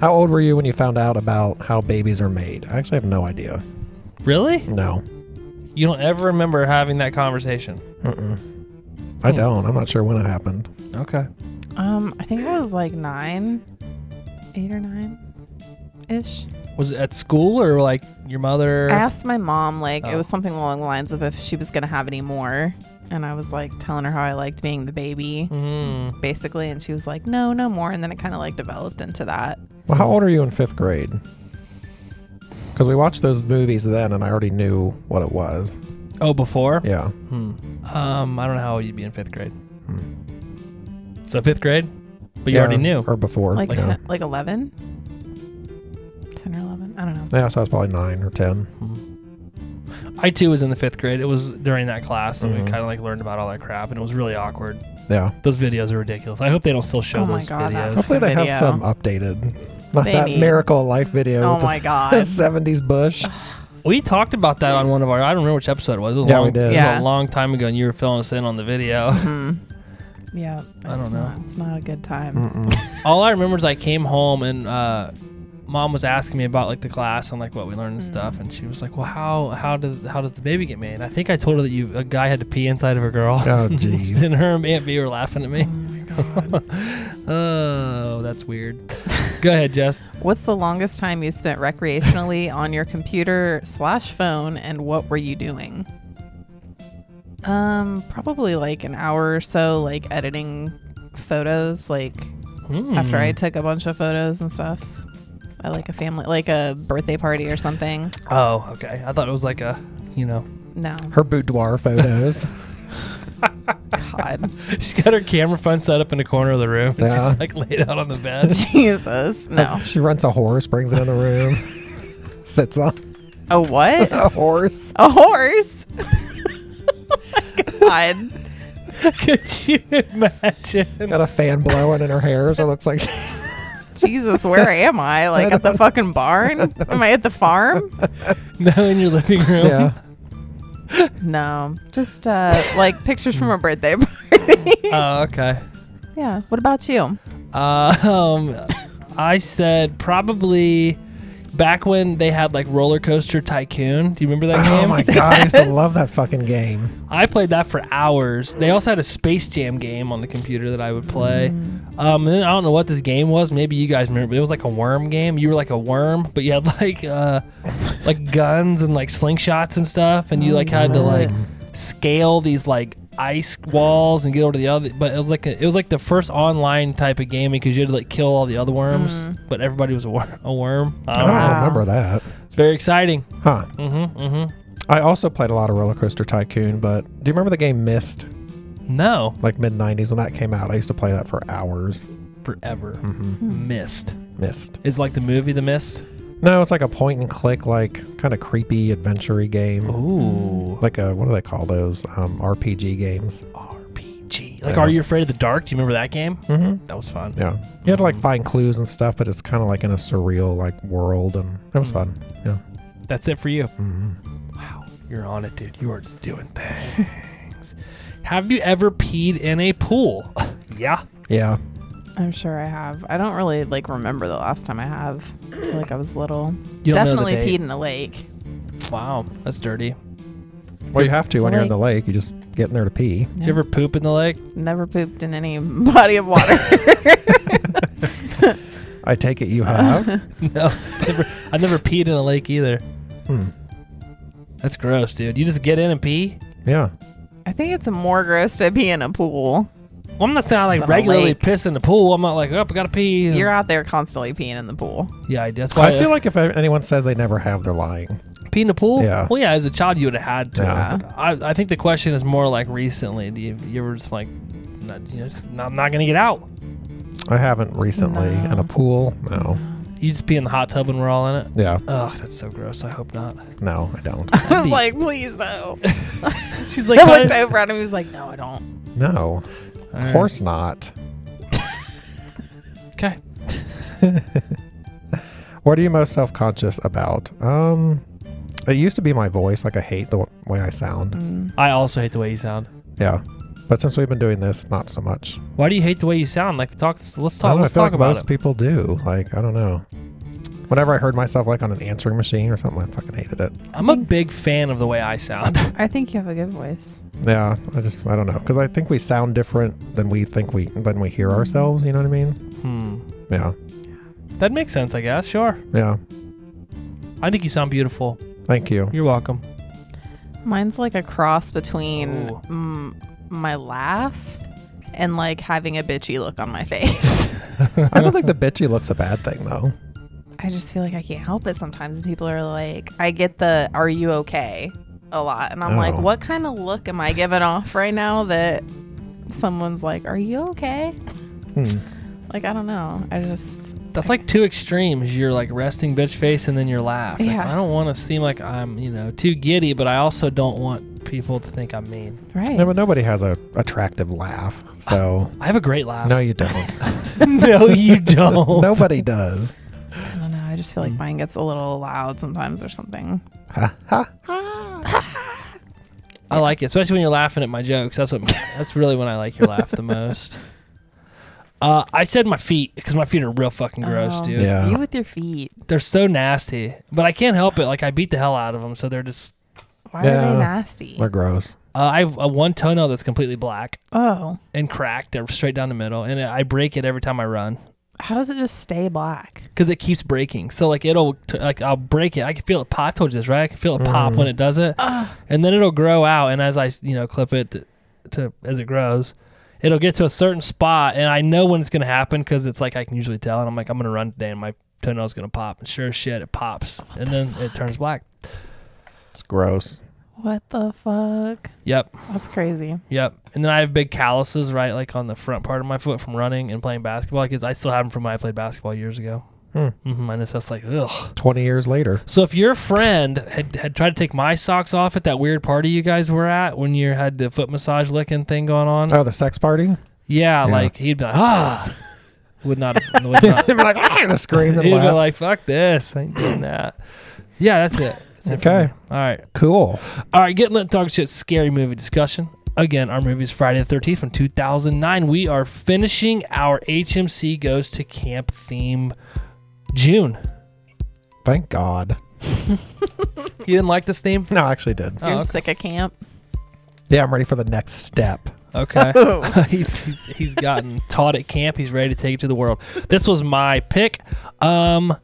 Speaker 2: how old were you when you found out about how babies are made? I actually have no idea.
Speaker 1: Really?
Speaker 2: No.
Speaker 1: You don't ever remember having that conversation?
Speaker 2: Mm-mm. I
Speaker 1: Hmm.
Speaker 2: don't. I'm not sure when it happened.
Speaker 1: Okay.
Speaker 4: Um, I think I was like nine, eight or nine, ish.
Speaker 1: Was it at school or like your mother?
Speaker 4: I asked my mom, like, it
Speaker 1: Oh.
Speaker 4: was something along the lines of if she was going to have any more. And I was like telling her how I liked being the baby,
Speaker 1: Mm.
Speaker 4: basically. And she was like, no, no more. And then it kind of like developed into that.
Speaker 2: Well, how old are you in fifth grade? Because we watched those movies then, and I already knew what it was.
Speaker 1: Oh, before?
Speaker 2: Yeah.
Speaker 1: Hmm. Um, I don't know how old you'd be in fifth grade.
Speaker 4: Hmm.
Speaker 1: So fifth grade, but you
Speaker 2: Yeah,
Speaker 1: already knew.
Speaker 2: Or before.
Speaker 4: Like,
Speaker 2: yeah.
Speaker 4: ten, like 11? 10 or 11? I don't know.
Speaker 2: yeah, so I was probably nine or ten.
Speaker 1: I too was in the fifth grade. It was during that class that we
Speaker 2: Mhm.
Speaker 1: kind of like learned about all that crap, and it was really awkward.
Speaker 2: Yeah.
Speaker 1: Those videos are ridiculous. I hope they don't still show
Speaker 4: Oh my
Speaker 1: those
Speaker 4: God, that-
Speaker 1: videos.
Speaker 2: Hopefully they have
Speaker 4: Video.
Speaker 2: some updated. Not
Speaker 4: They
Speaker 2: that
Speaker 4: need-
Speaker 2: Miracle Life video.
Speaker 4: Oh
Speaker 2: with the
Speaker 4: my God.
Speaker 2: 70s bush.
Speaker 1: We talked about that on one of our. I don't remember which episode it was. It was a
Speaker 2: Yeah, we
Speaker 1: long,
Speaker 2: did.
Speaker 1: It was
Speaker 4: Yeah.
Speaker 1: a long time ago, and you were filling us in on the video.
Speaker 4: Hmm. Yeah.
Speaker 1: I don't
Speaker 4: it's
Speaker 1: know.
Speaker 4: Not, it's not a good time.
Speaker 2: Mm-mm.
Speaker 1: all I remember is I came home and uh, mom was asking me about like the class and like what we learned and stuff, and she was like, "Well, how how does how does the baby get made?" And I think I told her that you a guy had to pee inside of a girl.
Speaker 2: Oh, jeez.
Speaker 1: and her and Aunt B were laughing at me.
Speaker 4: Oh my God.
Speaker 1: Oh, that's weird. Go ahead, Jess.
Speaker 4: What's the longest time you spent recreationally on your computer slash phone, and what were you doing? Um, probably like an hour or so, like editing photos, like
Speaker 1: Hmm.
Speaker 4: after I took a bunch of photos and stuff. at like a family, like a birthday party or something.
Speaker 1: Oh, okay. I thought it was like a, you know,
Speaker 4: No,
Speaker 2: Her boudoir photos.
Speaker 4: God,
Speaker 1: she's got her camera phone set up in the corner of the room. and
Speaker 2: Yeah.
Speaker 1: She's like laid out on the bed.
Speaker 4: Jesus, no.
Speaker 2: she rents a horse, brings it in the room, sits on
Speaker 4: A what?
Speaker 2: a horse.
Speaker 4: A horse? Oh God,
Speaker 1: Could you imagine?
Speaker 2: Got a fan blowing in her hair, so it looks like
Speaker 4: Jesus, where am I? Like at the fucking barn? Am I at the farm?
Speaker 1: No, in your living room.
Speaker 2: yeah.
Speaker 4: No, just uh, like pictures from a birthday party.
Speaker 1: Oh, okay.
Speaker 4: yeah. What about you?
Speaker 1: Uh, um, I said probably back when they had like Roller Coaster Tycoon. Do you remember that
Speaker 2: Oh
Speaker 1: game?
Speaker 2: my god, I used to love that fucking game.
Speaker 1: I played that for hours. They also had a Space Jam game on the computer that I would play. Um, and then I don't know what this game was. Maybe you guys remember. But it was like a worm game. You were like a worm, but you had like uh, like guns and like slingshots and stuff, and you like had to like scale these like ice walls and get over to the other. But it was like a, it was like the first online type of game because you had to like kill all the other worms, but everybody was a, wor- a worm. I
Speaker 2: I
Speaker 1: don't
Speaker 2: don't
Speaker 1: know.
Speaker 4: Wow.
Speaker 2: remember that.
Speaker 1: It's very exciting.
Speaker 2: Huh.
Speaker 1: Mm-hmm. Mm-hmm.
Speaker 2: I also played a lot of Roller Coaster Tycoon, but do you remember the game Mist?
Speaker 1: No,
Speaker 2: Like mid 90s when that came out, I used to play that for hours.
Speaker 1: forever
Speaker 2: Mm-hmm.
Speaker 1: missed.
Speaker 2: Mist.
Speaker 1: It's like the movie The Mist.
Speaker 2: No, it's like a point and click, like kind of creepy adventure game.
Speaker 1: Ooh.
Speaker 2: Like a, what do they call those? Um, RPG games.
Speaker 1: RPG. Like,
Speaker 2: Yeah.
Speaker 1: Are You Afraid of the Dark? Do you remember that game?
Speaker 2: Mm-hmm.
Speaker 1: That was fun.
Speaker 2: Yeah. You had to like find clues and stuff, but it's kind of like in a surreal like world and it was fun. Yeah.
Speaker 1: That's it for you.
Speaker 2: hmm
Speaker 1: Wow. You're on it, dude. You are just doing things. Have you ever peed in a pool? yeah.
Speaker 2: Yeah.
Speaker 4: I'm sure I have. I don't really like remember the last time I have. I feel like I was
Speaker 1: You
Speaker 4: little.
Speaker 1: don't know the
Speaker 4: Definitely
Speaker 1: date.
Speaker 4: peed in a lake.
Speaker 1: Wow. That's dirty.
Speaker 2: Well, you have to when you're in
Speaker 4: Lake.
Speaker 2: the lake. You just get in there to pee.
Speaker 1: Did You ever poop in the lake?
Speaker 4: Never pooped in any body of water.
Speaker 2: I take it you have.
Speaker 1: No. never, I've never peed in a lake either.
Speaker 2: Hmm.
Speaker 1: That's gross, dude. You just get in and pee?
Speaker 2: Yeah.
Speaker 4: I think it's more gross to pee in a pool.
Speaker 1: Well, I'm not saying I like
Speaker 4: But a
Speaker 1: regularly
Speaker 4: lake.
Speaker 1: piss in the pool. I'm not like, oh, I gotta pee.
Speaker 4: You're out there constantly peeing in the pool.
Speaker 1: yeah, I do. That's why
Speaker 2: I feel
Speaker 1: it's-
Speaker 2: like if anyone says they never have, they're lying.
Speaker 1: Pee in the pool?
Speaker 2: Yeah.
Speaker 1: Well, yeah, as a child, you would have had to.
Speaker 2: Yeah.
Speaker 1: I, I think the question is more like recently. Do you, you were just like, not, you know, just, not- I'm not going to get out.
Speaker 2: I haven't recently.
Speaker 4: No.
Speaker 2: In a pool? No.
Speaker 1: You just pee in the hot tub when we're all in it?
Speaker 2: Yeah.
Speaker 1: Ugh, that's so gross. I hope not.
Speaker 2: No, I don't.
Speaker 4: I was like, please no.
Speaker 1: She's
Speaker 4: I
Speaker 1: like,
Speaker 4: looked over at him. He was like, no, I don't.
Speaker 2: No. Of course not.
Speaker 1: Okay.
Speaker 2: What are you most self conscious about? Um, it used to be my voice. Like, I hate the w- way I sound.
Speaker 1: I also hate the way you sound.
Speaker 2: Yeah. But since we've been doing this, not so much.
Speaker 1: Why do you hate the way you sound? Like, talk. Let's
Speaker 2: I,
Speaker 1: talk.
Speaker 2: don't know, I
Speaker 1: Let's
Speaker 2: feel
Speaker 1: talk
Speaker 2: like
Speaker 1: about
Speaker 2: most
Speaker 1: it.
Speaker 2: people do. Like, I don't know. Whenever I heard myself like on an answering machine or something, I fucking hated it.
Speaker 1: I'm a big fan of the way I sound.
Speaker 4: I think you have a good voice.
Speaker 2: Yeah, I just I don't know because I think we sound different than we think we than we hear ourselves. You know what I mean?
Speaker 1: hmm.
Speaker 2: Yeah,
Speaker 1: That makes sense, I guess. Sure.
Speaker 2: yeah.
Speaker 1: I think you sound beautiful.
Speaker 2: Thank you.
Speaker 1: You're welcome.
Speaker 4: Mine's like a cross between
Speaker 1: Ooh.
Speaker 4: mm, my laugh and like having a bitchy look on my face.
Speaker 2: I don't think the bitchy looks a bad thing though.
Speaker 4: I just feel like I can't help it sometimes. and People are like, I get the "Are you okay?" a lot, and I'm like,
Speaker 2: Oh.
Speaker 4: what kind of look am I giving off right now that someone's like, "Are you okay?"
Speaker 2: Hmm.
Speaker 4: Like I don't know. I just
Speaker 1: That's like two extremes. You're like resting bitch face and then your laugh. Like,
Speaker 4: Yeah.
Speaker 1: I don't want to seem like I'm, you know, too giddy, but I also don't want people to think I'm mean.
Speaker 4: right.
Speaker 2: No, but nobody has a attractive laugh. So
Speaker 1: I have a great laugh.
Speaker 2: no, you don't.
Speaker 1: No, you don't.
Speaker 2: nobody does.
Speaker 4: I don't know. I just feel like
Speaker 2: Hmm.
Speaker 4: mine gets a little loud sometimes or something.
Speaker 1: I like it, especially when you're laughing at my jokes. That's what that's really when I like your laugh the most. Uh, I said my feet because my feet are real fucking gross,
Speaker 4: Oh,
Speaker 1: dude.
Speaker 2: Yeah.
Speaker 4: You with your feet.
Speaker 1: They're so nasty, but I can't help it. Like I beat the hell out of them, so they're just.
Speaker 4: Why are
Speaker 2: Yeah.
Speaker 4: they nasty?
Speaker 2: They're gross.
Speaker 1: Uh, I have a one toenail that's completely black
Speaker 4: Oh,
Speaker 1: and cracked uh, straight down the middle, and I break it every time I run
Speaker 4: how does it just stay black?
Speaker 1: because it keeps breaking. So like it'll t- like I'll break it. I can feel it pop. I told you this, right? I can feel it pop when it does it, and then it'll grow out. And as I s- you know clip it to, to as it grows, it'll get to a certain spot, and I know when it's gonna happen because it's like I can usually tell. And I'm like I'm gonna run today, and my toenail's gonna pop. And sure as shit, it pops, and then it turns black.
Speaker 2: It's gross.
Speaker 4: What the fuck?
Speaker 1: Yep.
Speaker 4: That's crazy.
Speaker 1: Yep. And then I have big calluses right like on the front part of my foot from running and playing basketball. Like it's, I still have them from when I played basketball years ago.
Speaker 2: Hmm.
Speaker 1: hmm And it's just like ugh.
Speaker 2: Twenty years later.
Speaker 1: So if your friend had, had tried to take my socks off at that weird party you guys were at when you had the foot massage licking thing going on,
Speaker 2: Oh, the sex party.
Speaker 1: yeah,
Speaker 2: Yeah.
Speaker 1: like he'd be like ah, would not, would not
Speaker 2: They'd be like, I'm gonna scream
Speaker 1: he'd
Speaker 2: and
Speaker 1: be
Speaker 2: laugh.
Speaker 1: like fuck this, I ain't doing that. Yeah, that's it. That's it for
Speaker 2: Okay.
Speaker 1: me. All right.
Speaker 2: cool.
Speaker 1: All right, getting lit dog shit scary movie discussion. Again, our movie is Friday the 13th from 2009. We are finishing our HMC Goes to Camp theme June.
Speaker 2: Thank God.
Speaker 1: You didn't like this theme?
Speaker 2: No, I actually did.
Speaker 1: Oh,
Speaker 4: You're
Speaker 1: okay.
Speaker 4: sick of camp.
Speaker 2: Yeah, I'm ready for the next step.
Speaker 1: Okay.
Speaker 4: Oh.
Speaker 1: he's, he's, he's gotten taught at camp. He's ready to take it to the world. This was my pick. Um,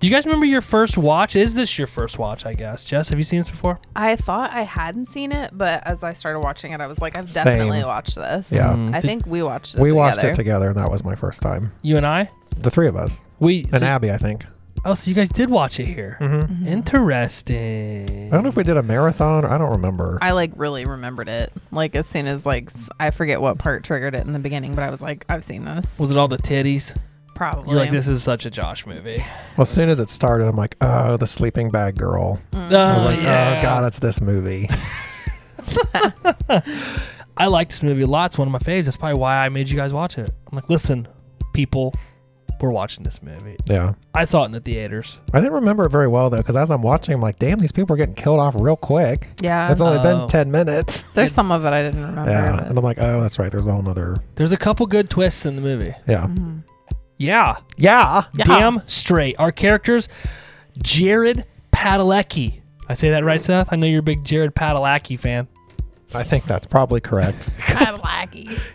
Speaker 1: do you guys remember your first watch? Is this your first watch, I guess? Jess, have you seen this before?
Speaker 4: I thought I hadn't seen it, but as I started watching it, I was like, I've definitely
Speaker 2: Same.
Speaker 4: watched this.
Speaker 2: Yeah.
Speaker 1: Mm,
Speaker 4: Hmm. I
Speaker 1: did-
Speaker 4: think we watched it.
Speaker 2: we
Speaker 4: together.
Speaker 2: watched it together, and that was my first time.
Speaker 1: You and I?
Speaker 2: The three of us
Speaker 1: We,
Speaker 2: and
Speaker 1: so-
Speaker 2: Abby, I think.
Speaker 1: oh, so you guys did watch it here. Interesting.
Speaker 2: Mm-hmm. I don't know if we did a marathon. Or I don't remember.
Speaker 4: I like really remembered it. Like as soon as like s- I forget what part triggered it in the beginning, but I was like, I've seen this
Speaker 1: Was it all the titties?
Speaker 4: probably.
Speaker 1: You're like, this is such a Josh movie.
Speaker 2: well, as soon as it started, I'm like, oh, the sleeping bag girl.
Speaker 4: Mm-hmm.
Speaker 2: I was like, oh god, it's this movie.
Speaker 1: I like this movie a lot. It's one of my faves. That's probably why I made you guys watch it. I'm like, listen, people, we're watching this movie.
Speaker 2: yeah.
Speaker 1: I saw it in the theaters.
Speaker 2: I didn't remember it very well though, because as I'm watching, I'm like, damn, these people are getting killed off real quick.
Speaker 4: yeah.
Speaker 2: It's only
Speaker 1: Oh.
Speaker 2: been ten minutes.
Speaker 4: There's some of it I didn't remember.
Speaker 2: Yeah,
Speaker 4: but-
Speaker 2: and I'm like, oh, that's right. There's a whole nother.
Speaker 1: There's a couple good twists in the movie.
Speaker 2: Yeah,
Speaker 4: mm-hmm.
Speaker 1: Yeah,
Speaker 2: yeah.
Speaker 1: damn straight. Our characters, Jared Padalecki. I say that right, Seth? I know you're a big Jared Padalecki fan.
Speaker 2: I think that's probably correct.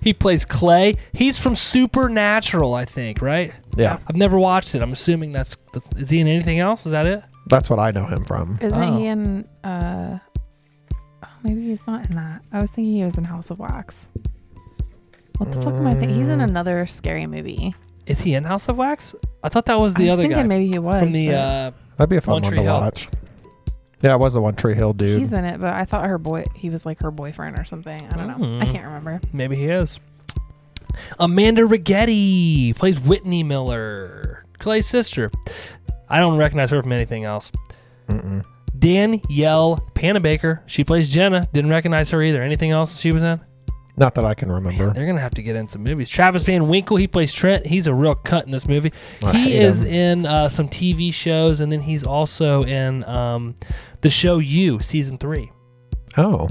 Speaker 1: He plays Clay. He's from Supernatural, I think, right?
Speaker 2: yeah,
Speaker 1: I've never watched it. I'm assuming that's, that's is he in anything else? Is that it?
Speaker 2: that's what I know him from.
Speaker 4: Isn't
Speaker 1: Oh.
Speaker 4: he in? Uh, oh, maybe he's not in that. I was thinking he was in House of Wax. What the fuck am I thinking? He's
Speaker 1: Mm.
Speaker 4: in another scary movie.
Speaker 1: Is he in House of Wax? I thought that was
Speaker 4: I
Speaker 1: the
Speaker 4: was
Speaker 1: other
Speaker 4: thinking
Speaker 1: guy
Speaker 4: maybe he was
Speaker 1: from the.
Speaker 4: but
Speaker 1: Uh,
Speaker 2: That'd be a fun
Speaker 1: One
Speaker 2: one,
Speaker 1: Tree
Speaker 2: to
Speaker 1: Hill.
Speaker 2: watch. Yeah, it was the One Tree Hill dude.
Speaker 4: He's in it, but I thought her boy. He was like her boyfriend or something. I don't know. I
Speaker 1: Mm.
Speaker 4: can't remember.
Speaker 1: maybe he is. Amanda Rigetti plays Whitney Miller, Clay's sister. I don't recognize her from anything else.
Speaker 2: Mm-mm.
Speaker 1: Danielle Panabaker, she plays Jenna. Didn't recognize her either. Anything else she was in?
Speaker 2: Not that I can remember.
Speaker 1: They're gonna have to get in some movies. Travis Van Winkle, he plays Trent. He's a real cunt in this movie.
Speaker 2: I
Speaker 1: he
Speaker 2: hate
Speaker 1: is
Speaker 2: him.
Speaker 1: in uh, some TV shows, and then he's also in um, the show You, season three.
Speaker 2: Oh,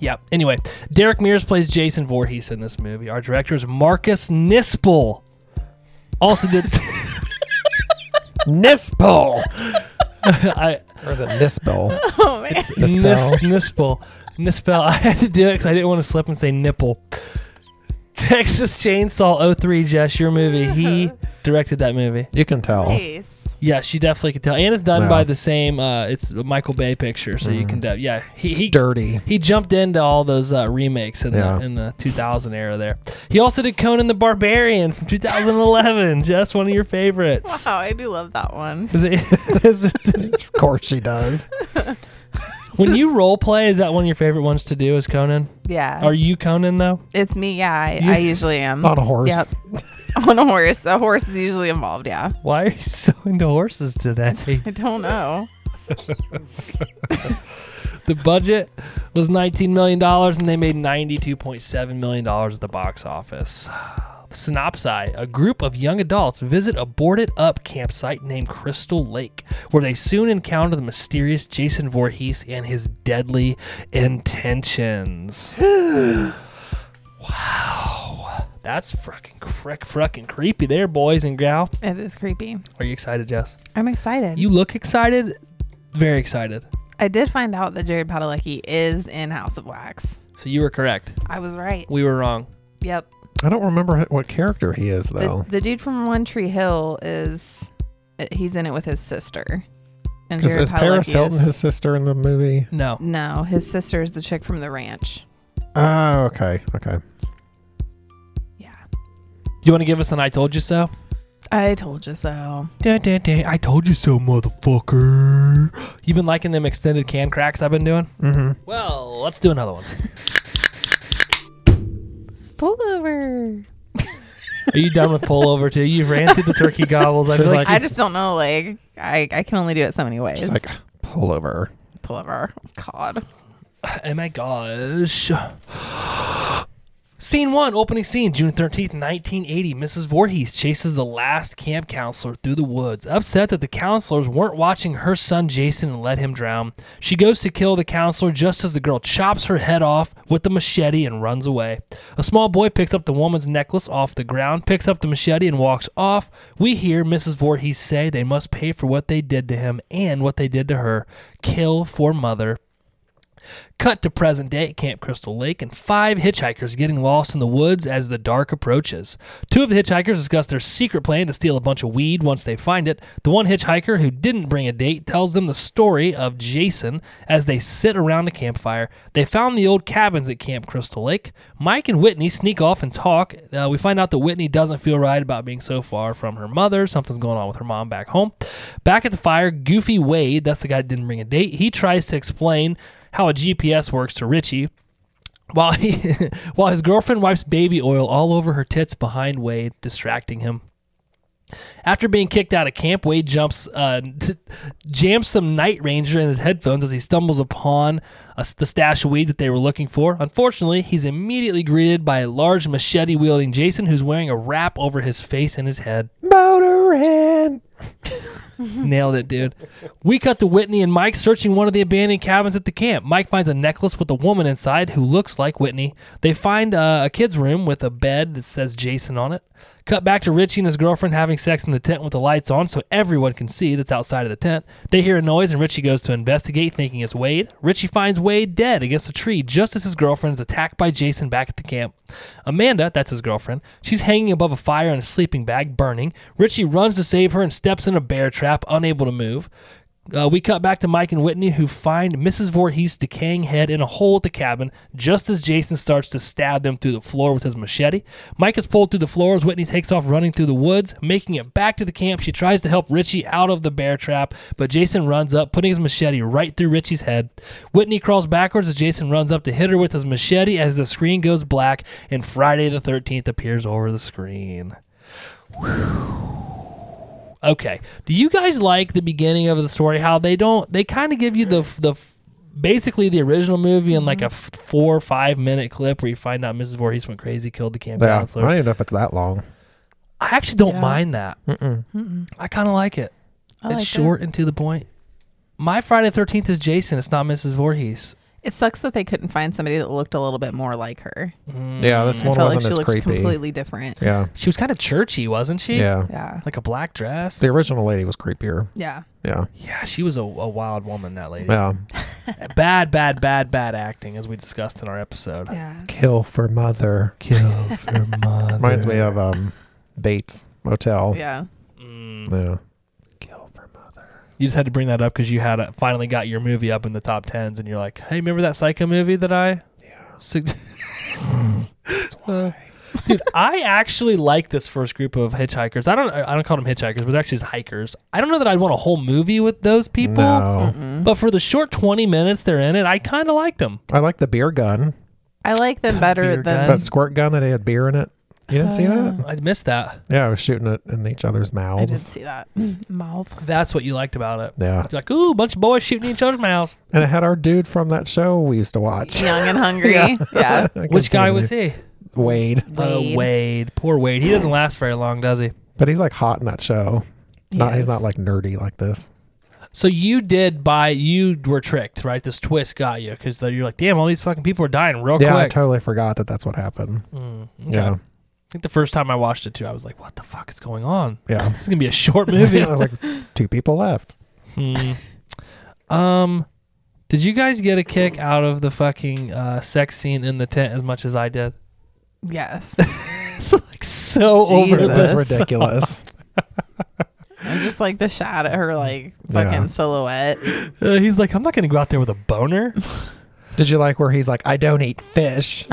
Speaker 1: Yeah. Anyway, Derek Mears plays Jason Voorhees in this movie. Our director is Marcus Nispel. Also did
Speaker 2: Nispel,
Speaker 1: I
Speaker 2: or is it Nispel?
Speaker 4: Oh man.
Speaker 1: Nis,
Speaker 2: Nispel.
Speaker 1: Nispel. Nispel. I had to do it because I didn't want to slip and say nipple. Texas Chainsaw 03, Jess, your movie. He directed that movie.
Speaker 2: You can tell.
Speaker 1: Yeah, she definitely could tell. And it's done
Speaker 2: Wow.
Speaker 1: by the same uh it's a Michael Bay picture, so you can de- yeah. He,
Speaker 2: It's
Speaker 1: he
Speaker 2: dirty.
Speaker 1: He jumped into all those uh, remakes in
Speaker 2: Yeah.
Speaker 1: the in the 2000 era. There, he also did Conan the Barbarian from 2011. Just one of your favorites.
Speaker 4: Wow, I do love that one.
Speaker 1: Is it, is it,
Speaker 2: of course she does.
Speaker 1: when you role play, is that one of your favorite ones to do? Is Conan?
Speaker 4: Yeah.
Speaker 1: Are you Conan though?
Speaker 4: it's me. Yeah, I,
Speaker 1: You-
Speaker 4: I usually am.
Speaker 2: On a horse.
Speaker 4: Yep. on a horse. A horse is usually involved. Yeah.
Speaker 1: Why are you so into horses today?
Speaker 4: I don't know.
Speaker 1: the budget was 19 million dollars, and they made 92.7 million dollars at the box office. Synopsi, a group of young adults visit a boarded up campsite named Crystal Lake, where they soon encounter the mysterious Jason Voorhees and his deadly intentions. wow. That's fucking crick, fucking creepy there, boys and gal.
Speaker 4: It is creepy.
Speaker 1: Are you excited, Jess?
Speaker 4: I'm excited.
Speaker 1: You look excited. Very excited.
Speaker 4: I did find out that Jared Padalecki is in House of Wax.
Speaker 1: So you were correct.
Speaker 4: I was right.
Speaker 1: We were wrong.
Speaker 4: Yep.
Speaker 2: I don't remember h- what character he is
Speaker 4: The,
Speaker 2: though.
Speaker 4: the dude from One Tree Hill is eh, he's in it with his sister. And
Speaker 2: Because
Speaker 4: Jared
Speaker 2: is Paris
Speaker 4: Padalecki
Speaker 2: Hilton
Speaker 4: is-
Speaker 2: his sister in the movie?
Speaker 1: No.
Speaker 4: No, his sister is the chick from the ranch.
Speaker 2: Oh, okay, okay.
Speaker 4: Yeah.
Speaker 1: Do you want to give us an I told you so?
Speaker 4: I told you so.
Speaker 1: Dun, dun, dun. I told you so, motherfucker. You been liking them extended can cracks I've been doing?
Speaker 2: Mm-hmm.
Speaker 1: Well, let's do another one.
Speaker 4: Pull over.
Speaker 1: Are you done with pullover too? You ran through the turkey gobbles. I
Speaker 2: She's
Speaker 1: feel like,
Speaker 2: like-
Speaker 4: I just don't know. Like, I, I can only do it so many ways.
Speaker 2: She's like pull over.
Speaker 4: pull over. God.
Speaker 1: oh my gosh. Scene one, opening scene, June 13th, 1980. Mrs. Voorhees chases the last camp counselor through the woods. Upset that the counselors weren't watching her son Jason and let him drown, she goes to kill the counselor just as the girl chops her head off with the machete and runs away. A small boy picks up the woman's necklace off the ground, picks up the machete, and walks off. We hear Mrs. Voorhees say they must pay for what they did to him and what they did to her. Kill for mother, Cut to present day at Camp Crystal Lake and five hitchhikers getting lost in the woods as the dark approaches. Two of the hitchhikers discuss their secret plan to steal a bunch of weed once they find it. The one hitchhiker who didn't bring a date tells them the story of Jason as they sit around a campfire. They found the old cabins at Camp Crystal Lake. Mike and Whitney sneak off and talk. Uh, we find out that Whitney doesn't feel right about being so far from her mother. Something's going on with her mom back home. Back at the fire, Goofy Wade, that's the guy that didn't bring a date, he tries to explain how a GPS works to Richie. While he, while his girlfriend wipes baby oil all over her tits behind Wade, distracting him. After being kicked out of camp, Wade jumps, uh, t- jams some Night Ranger in his headphones as he stumbles upon a s the stash of weed that they were looking for. Unfortunately, he's immediately greeted by a large machete wielding Jason who's wearing a wrap over his face and his head.
Speaker 2: Motorin.
Speaker 1: Nailed it, dude. We cut to Whitney and Mike searching one of the abandoned cabins at the camp. Mike finds a necklace with a woman inside who looks like Whitney. They find uh, a kid's room with a bed that says Jason on it. Cut back to Richie and his girlfriend having sex in the tent with the lights on so everyone can see that's outside of the tent. They hear a noise and Richie goes to investigate, thinking it's Wade. Richie finds Wade dead against a tree just as his girlfriend is attacked by Jason back at the camp. Amanda, that's his girlfriend, she's hanging above a fire in a sleeping bag, burning. Richie runs to save her and steps in a bear trap, unable to move. Uh, we cut back to Mike and Whitney, who find Mrs. Voorhees' decaying head in a hole at the cabin just as Jason starts to stab them through the floor with his machete. Mike is pulled through the floor as Whitney takes off running through the woods, making it back to the camp. She tries to help Richie out of the bear trap, but Jason runs up, putting his machete right through Richie's head. Whitney crawls backwards as Jason runs up to hit her with his machete as the screen goes black and Friday the 13th appears over the screen. Okay. Do you guys like the beginning of the story? How they don't they kind of give you the the basically the original movie in like a
Speaker 4: Mm-hmm.
Speaker 1: f- four or five minute clip where you find out Mrs. Voorhees went crazy, killed the camp
Speaker 2: Yeah, I
Speaker 1: counselors.
Speaker 2: don't even know if it's that long.
Speaker 1: I actually don't
Speaker 4: Yeah.
Speaker 1: mind that.
Speaker 2: Mm-mm.
Speaker 1: I kind of like it.
Speaker 4: I
Speaker 1: it's
Speaker 4: like it.
Speaker 1: short and to the point. My Friday Thirteenth is Jason. It's not Mrs. Voorhees.
Speaker 4: It sucks that they couldn't find somebody that looked a little bit more like her.
Speaker 2: Yeah, this
Speaker 4: I
Speaker 2: one
Speaker 4: felt like
Speaker 2: wasn't
Speaker 4: she
Speaker 2: as
Speaker 4: looked
Speaker 2: creepy.
Speaker 4: completely different.
Speaker 2: Yeah,
Speaker 1: Mm. She was kind of churchy, wasn't she?
Speaker 2: yeah.
Speaker 4: Yeah.
Speaker 1: Like a black dress.
Speaker 2: The original lady was creepier.
Speaker 4: Yeah.
Speaker 2: Yeah,
Speaker 1: Yeah, she was a, a wild woman. That lady.
Speaker 2: yeah.
Speaker 1: bad, bad, bad, bad acting, as we discussed in our episode.
Speaker 4: Yeah.
Speaker 2: Kill for mother.
Speaker 1: Kill for mother.
Speaker 2: Reminds me of um, Bates Motel.
Speaker 4: Yeah.
Speaker 1: Mm.
Speaker 2: Yeah.
Speaker 1: You just had to bring that up because you had a, finally got your movie up in the top tens, and you're like, "Hey, remember that Psycho movie that I?" Yeah. dude, I actually like this first group of hitchhikers. I don't, I don't call them hitchhikers, but they're actually just hikers. I don't know that I'd want a whole movie with those people,
Speaker 2: No.
Speaker 4: Mm.
Speaker 1: but for the short twenty minutes they're in it, I kind of liked them.
Speaker 2: I like the beer gun.
Speaker 4: I like them better
Speaker 1: Beer
Speaker 4: than.
Speaker 1: gun.
Speaker 2: That squirt gun that had beer in it. You didn't see that?
Speaker 1: I missed that.
Speaker 2: Yeah, I was shooting it in each other's
Speaker 4: Oh, Uh, I did
Speaker 2: mouths.
Speaker 4: see that. Mouths.
Speaker 1: That's what you liked about it.
Speaker 2: Yeah.
Speaker 1: You're like, ooh, bunch of boys shooting each other's mouths.
Speaker 2: And it had our dude from that show we used to watch.
Speaker 4: Young and hungry. yeah.
Speaker 2: I
Speaker 1: Which
Speaker 2: couldn't
Speaker 1: guy
Speaker 2: think of
Speaker 1: was
Speaker 2: the
Speaker 1: he?
Speaker 2: name. Wade.
Speaker 1: Oh, Wade. Poor Wade. He doesn't last very long, does he?
Speaker 2: But he's like hot in that show.
Speaker 4: He
Speaker 2: Not, he's
Speaker 4: is.
Speaker 2: not like nerdy like this.
Speaker 1: So you did buy, you were tricked, right? This twist got you Oh, because you're like, damn, all these fucking people are dying real
Speaker 2: yeah, I
Speaker 1: quick.
Speaker 2: totally forgot that that's what happened.
Speaker 1: Mm, okay.
Speaker 2: Yeah.
Speaker 1: think the first time I watched it too, I was like, "What the fuck is going on?
Speaker 2: Yeah.
Speaker 1: This is gonna be a short movie."
Speaker 2: I was like, two people left.
Speaker 1: Hmm. Um, did you guys get a kick out of the fucking uh, sex scene in the tent as much as I did?
Speaker 4: Yes.
Speaker 1: It's like so
Speaker 4: Jesus.
Speaker 1: over
Speaker 2: It
Speaker 1: the
Speaker 2: was ridiculous.
Speaker 4: And just like the shot at her like fucking
Speaker 2: Yeah.
Speaker 4: silhouette.
Speaker 1: Uh, he's like, I'm not gonna go out there with a boner.
Speaker 2: Did you like where he's like, I don't eat fish?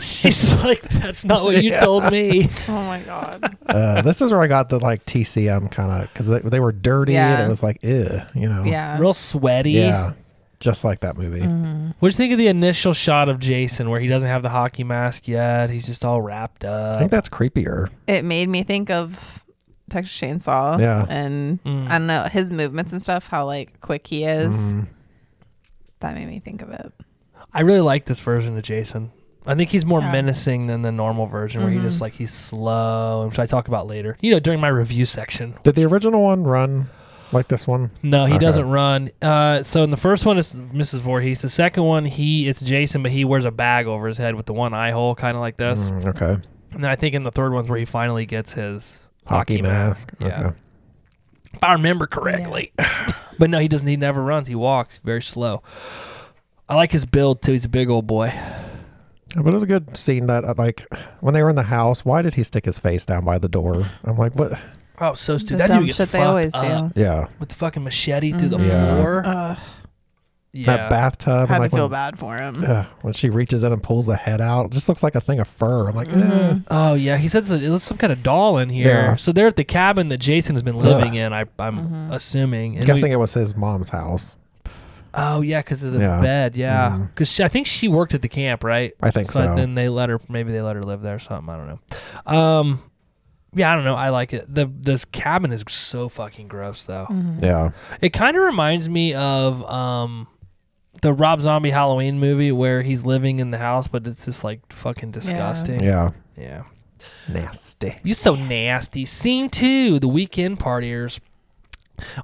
Speaker 1: She's like, that's not what you
Speaker 2: Yeah.
Speaker 1: told me.
Speaker 4: Oh my god.
Speaker 2: Uh, this is where I got the like TCM kind of because they, they were dirty and
Speaker 4: Yeah.
Speaker 2: it was like, ew, you know?
Speaker 4: Yeah. Mm. Mm-hmm.
Speaker 1: Real sweaty.
Speaker 2: Yeah. Just like that movie.
Speaker 1: What'd you think of the initial shot of Jason where he doesn't have the hockey mask yet? He's just all wrapped
Speaker 2: I
Speaker 1: up.
Speaker 2: think that's creepier.
Speaker 4: It made me think of Texas Chainsaw.
Speaker 2: Yeah.
Speaker 4: And
Speaker 1: Mm.
Speaker 4: I don't know, his movements and stuff, how like quick he is.
Speaker 2: Mm.
Speaker 4: That made me think of it.
Speaker 1: I really like this version of Jason. I think he's more
Speaker 4: Yeah. Mm-hmm.
Speaker 1: menacing than the normal version where he just like he's slow, which I talk about later. You know, during my review section.
Speaker 2: Did the original one run like this one?
Speaker 1: No, he
Speaker 2: Okay.
Speaker 1: doesn't run. Uh, so in the first one, it's Mrs. Voorhees. The second one, he it's Jason, but he wears a bag over his head with the one eye hole, kind of like this.
Speaker 2: Mm, okay.
Speaker 1: And then I think in the third one's where he finally gets his.
Speaker 2: Hockey,
Speaker 1: Hockey
Speaker 2: mask.
Speaker 1: mask, yeah.
Speaker 2: Okay.
Speaker 1: If I remember correctly, but no, he doesn't. He never runs. He walks very slow. I like his build too. He's a big old boy.
Speaker 2: But it was a good scene that, uh, like, when they were in the house, why did he stick his face down by the door? I'm like, what?
Speaker 1: Oh, so
Speaker 4: The
Speaker 1: stupid. That
Speaker 4: dumb
Speaker 1: dude gets
Speaker 4: shit they
Speaker 1: fucked
Speaker 4: always
Speaker 1: up
Speaker 4: do. Mm-hmm. Uh,
Speaker 2: Yeah.
Speaker 1: with the fucking machete through the
Speaker 2: Mhm. Yeah.
Speaker 1: floor.
Speaker 4: Ugh,
Speaker 1: yeah.
Speaker 2: That bathtub.
Speaker 4: had
Speaker 2: and,
Speaker 4: to
Speaker 2: like,
Speaker 4: feel
Speaker 2: when,
Speaker 4: bad for him.
Speaker 2: Ugh, when she reaches in and pulls the head out, it just looks like a thing of fur. I'm like, eh.
Speaker 4: Mm-hmm.
Speaker 1: Oh yeah, he says it was some kind of doll in here.
Speaker 2: Yeah.
Speaker 1: So they're at the cabin that Jason has been living
Speaker 2: Ugh.
Speaker 1: in. I, I'm
Speaker 4: Mm-hmm.
Speaker 1: assuming. And we-
Speaker 2: guessing it was his mom's house.
Speaker 1: oh yeah, because of the
Speaker 2: Yeah.
Speaker 1: bed. Yeah,
Speaker 2: Mhm.
Speaker 1: because I think she worked at the camp, right?
Speaker 2: I think so.
Speaker 1: Then they let her. Maybe they let her live there or something. I don't know. Um, yeah, I don't know. I like it. the The cabin is so fucking gross though.
Speaker 2: Yeah.
Speaker 1: It kind of reminds me of um. The Rob Zombie Halloween movie where he's living in the house, but it's just like fucking
Speaker 4: Mm-hmm.
Speaker 1: disgusting.
Speaker 2: Yeah.
Speaker 1: yeah.
Speaker 2: Nasty.
Speaker 1: You so nasty. Scene two, the weekend partiers.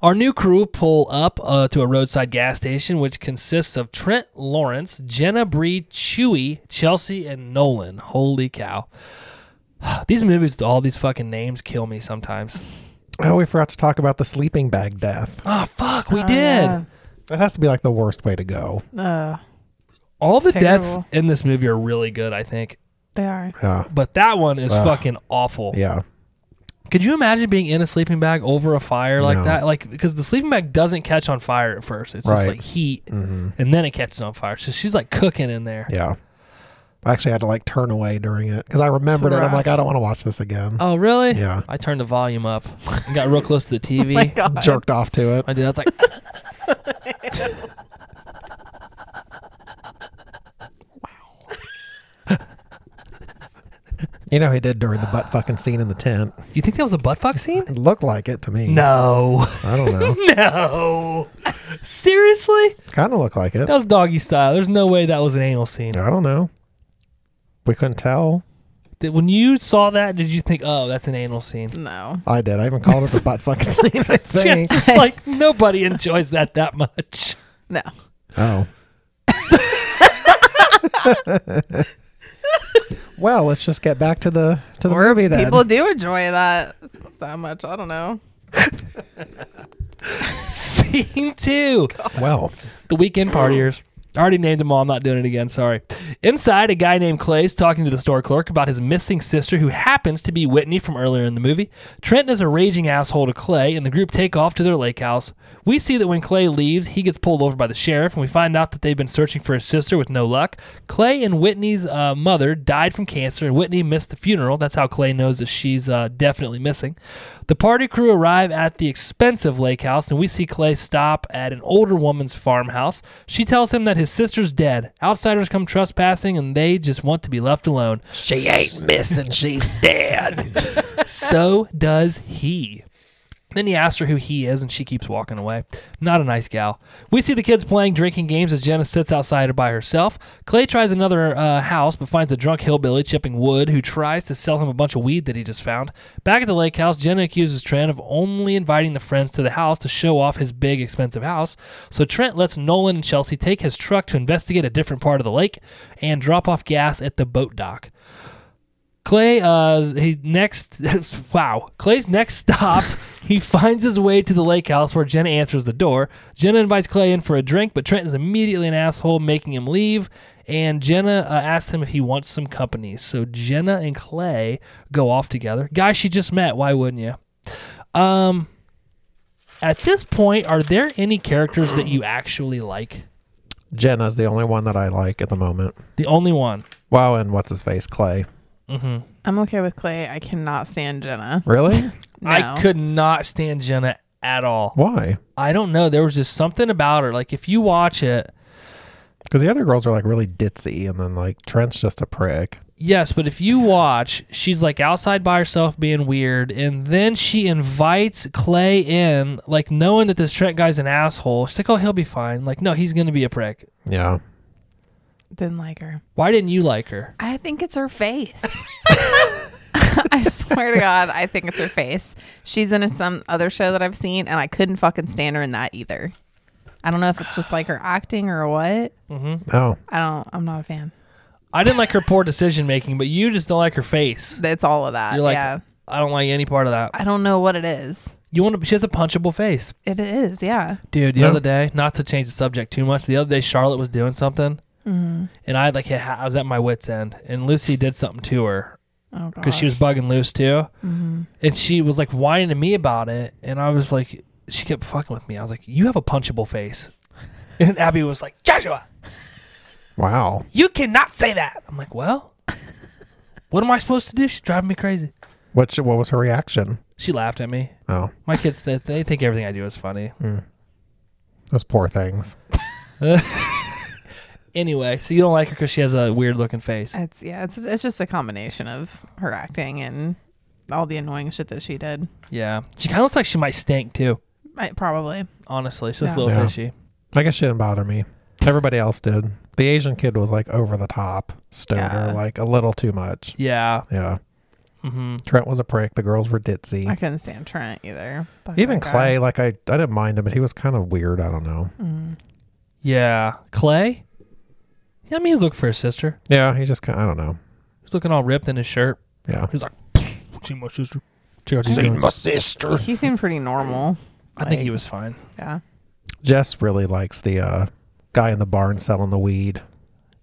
Speaker 1: Our new crew pull up uh, to a roadside gas station, which consists of Trent Lawrence, Jenna Bree, Chewy, Chelsea, and Nolan. Holy cow. These movies with all these fucking names kill me sometimes.
Speaker 2: Oh, we forgot to talk about the sleeping bag death.
Speaker 1: Oh, fuck, we
Speaker 4: Oh, Uh,
Speaker 1: did.
Speaker 4: yeah.
Speaker 2: That has to be like the worst way to go.
Speaker 4: Ugh,
Speaker 1: All the deaths
Speaker 4: Terrible.
Speaker 1: in this movie are really good, I think.
Speaker 4: they are.
Speaker 2: Yeah.
Speaker 1: But that one is
Speaker 2: Ugh.
Speaker 1: fucking awful.
Speaker 2: Yeah.
Speaker 1: Could you imagine being in a sleeping bag over a fire like
Speaker 2: No.
Speaker 1: that? Like because the sleeping bag doesn't catch on fire at first. It's just
Speaker 2: Right.
Speaker 1: like heat
Speaker 2: hmm
Speaker 1: and then it catches on fire. So she's like cooking in there.
Speaker 2: Yeah. I actually had to like turn away during it because I remembered it. I'm
Speaker 4: rough.
Speaker 2: like, I don't want to watch this again.
Speaker 1: Oh really?
Speaker 2: Yeah.
Speaker 1: I turned the volume up and got real close to the TV.
Speaker 4: Oh My God.
Speaker 2: Jerked off to it.
Speaker 1: I did. I was like
Speaker 2: You know, he did during the butt fucking scene in the tent.
Speaker 1: you think that was a butt fuck scene?
Speaker 2: It looked like it to me.
Speaker 1: No.
Speaker 2: I don't know.
Speaker 1: no. Seriously?
Speaker 2: kind of looked like it.
Speaker 1: That was doggy style. There's no way that was an anal scene.
Speaker 2: I don't know. We couldn't tell.
Speaker 1: Did- When you saw that, did you think, oh, that's an anal scene?
Speaker 4: No.
Speaker 2: I did. I even called it the butt fucking scene, I think.
Speaker 1: Yes, like nobody enjoys that that much.
Speaker 4: No.
Speaker 2: Oh. well, let's just get back to the to the movie then.
Speaker 4: People do enjoy that that much. I don't know.
Speaker 1: Scene two.
Speaker 2: well,
Speaker 1: The weekend partiers. I already named them all. I'm not doing it again. Sorry. Inside, a guy named Clay's talking to the store clerk about his missing sister, who happens to be Whitney from earlier in the movie. Trent is a raging asshole to Clay, and the group take off to their lake house. We see that when Clay leaves, he gets pulled over by the sheriff, and we find out that they've been searching for his sister with no luck. Clay and Whitney's uh, mother died from cancer, and Whitney missed the funeral. That's how Clay knows that she's uh, definitely missing. The party crew arrive at the expensive lake house, and we see Clay stop at an older woman's farmhouse. She tells him that his sister's dead. Outsiders come trespassing, and they just want to be left alone.
Speaker 2: she ain't missing. She's dead.
Speaker 1: so does he. Then he asks her who he is, and she keeps walking away. Not a nice gal. We see the kids playing drinking games as Jenna sits outside by herself. Clay tries another uh, house, but finds a drunk hillbilly chipping wood who tries to sell him a bunch of weed that he just found. Back at the lake house, Jenna accuses Trent of only inviting the friends to the house to show off his big, expensive house. So Trent lets Nolan and Chelsea take his truck to investigate a different part of the lake and drop off gas at the boat dock. Clay, uh, he next, wow. Clay's next stop, he finds his way to the lake house where Jenna answers the door. Jenna invites Clay in for a drink, but Trent is immediately an asshole, making him leave. And Jenna uh, asks him if he wants some company. So Jenna and Clay go off together. Guy she just met, why wouldn't you? Um, at this point, are there any characters that you actually like?
Speaker 2: Jenna's the only one that I like at the moment.
Speaker 1: The only one.
Speaker 2: Wow, and what's his face? Clay.
Speaker 1: hmm
Speaker 4: I'm okay with Clay. I cannot stand Jenna.
Speaker 2: Really?
Speaker 4: No.
Speaker 1: I could not stand Jenna at all.
Speaker 2: Why?
Speaker 1: I don't know. There was just something about her. Like if you watch it,
Speaker 2: Because the other girls are like really ditzy, and then like Trent's just a prick.
Speaker 1: yes, but if you watch, she's like outside by herself being weird, and then she invites Clay in, like knowing that this Trent guy's an asshole. She's like, "Oh, he'll be fine." Like, no, he's gonna be a prick.
Speaker 2: Yeah.
Speaker 4: didn't like her.
Speaker 1: Why didn't you like her?
Speaker 3: I think it's her face.
Speaker 4: I swear to God, I think it's her face. She's in some other show that I've seen, and I couldn't fucking stand her in that either. I don't know if it's just like her acting or what.
Speaker 2: Oh,
Speaker 4: I don't. I'm not a fan.
Speaker 1: I didn't like her poor decision making, but you just don't like her face.
Speaker 4: It's all of that.
Speaker 1: You're like,
Speaker 4: yeah.
Speaker 1: I don't like any part of that.
Speaker 4: I don't know what it is.
Speaker 1: You want to? She has a punchable face.
Speaker 4: It is. Yeah.
Speaker 1: Dude, the
Speaker 2: Yeah.
Speaker 1: other day, not to change the subject too much, the other day Charlotte was doing something,
Speaker 4: Mm-hmm.
Speaker 1: and I like I was at my wits end, and Lucy did something to her
Speaker 4: Oh God.
Speaker 1: because she was bugging loose too, and she was like whining to me about it, and I was like, she kept fucking with me. I was like, you have a punchable face, and Abby was like, Joshua,
Speaker 2: wow.
Speaker 1: you cannot say that. I'm like, well, what am I supposed to do? She's driving me crazy.
Speaker 2: What sh- what was her reaction?
Speaker 1: She laughed at me.
Speaker 2: Oh, Hmm.
Speaker 1: My kids, they, they think everything I do is funny.
Speaker 2: those poor things.
Speaker 1: Anyway, so you don't like her because she has a weird looking face.
Speaker 4: It's yeah. It's it's just a combination of her acting and all the annoying shit that she did.
Speaker 1: Yeah, she kind of looks like she might stink too.
Speaker 4: I, probably.
Speaker 1: Honestly, she's a
Speaker 4: Yeah.
Speaker 1: little
Speaker 2: Yeah.
Speaker 1: fishy.
Speaker 2: I guess she didn't bother me. Everybody else did. The Asian kid was like over the top, stoner,
Speaker 4: Yeah.
Speaker 2: like a little too much.
Speaker 1: Yeah.
Speaker 2: Yeah.
Speaker 1: hmm
Speaker 2: Trent was a prick. The girls were ditzy.
Speaker 4: I couldn't stand Trent either. Fuck
Speaker 2: Even
Speaker 4: that guy.
Speaker 2: Clay, like I, I didn't mind him, but he was kind of weird. I don't know.
Speaker 4: Mm.
Speaker 1: Yeah. Clay. Yeah, I mean, he's looking for his sister.
Speaker 2: Yeah, he just kind. I don't know.
Speaker 1: He's looking all ripped in his shirt.
Speaker 2: Yeah.
Speaker 1: He's like, "See my sister." Check out these guns."
Speaker 2: my sister.
Speaker 4: He seemed pretty normal.
Speaker 1: I think he
Speaker 4: Like,
Speaker 1: was fine.
Speaker 4: Yeah.
Speaker 2: Jess really likes the uh, guy in the barn selling the weed.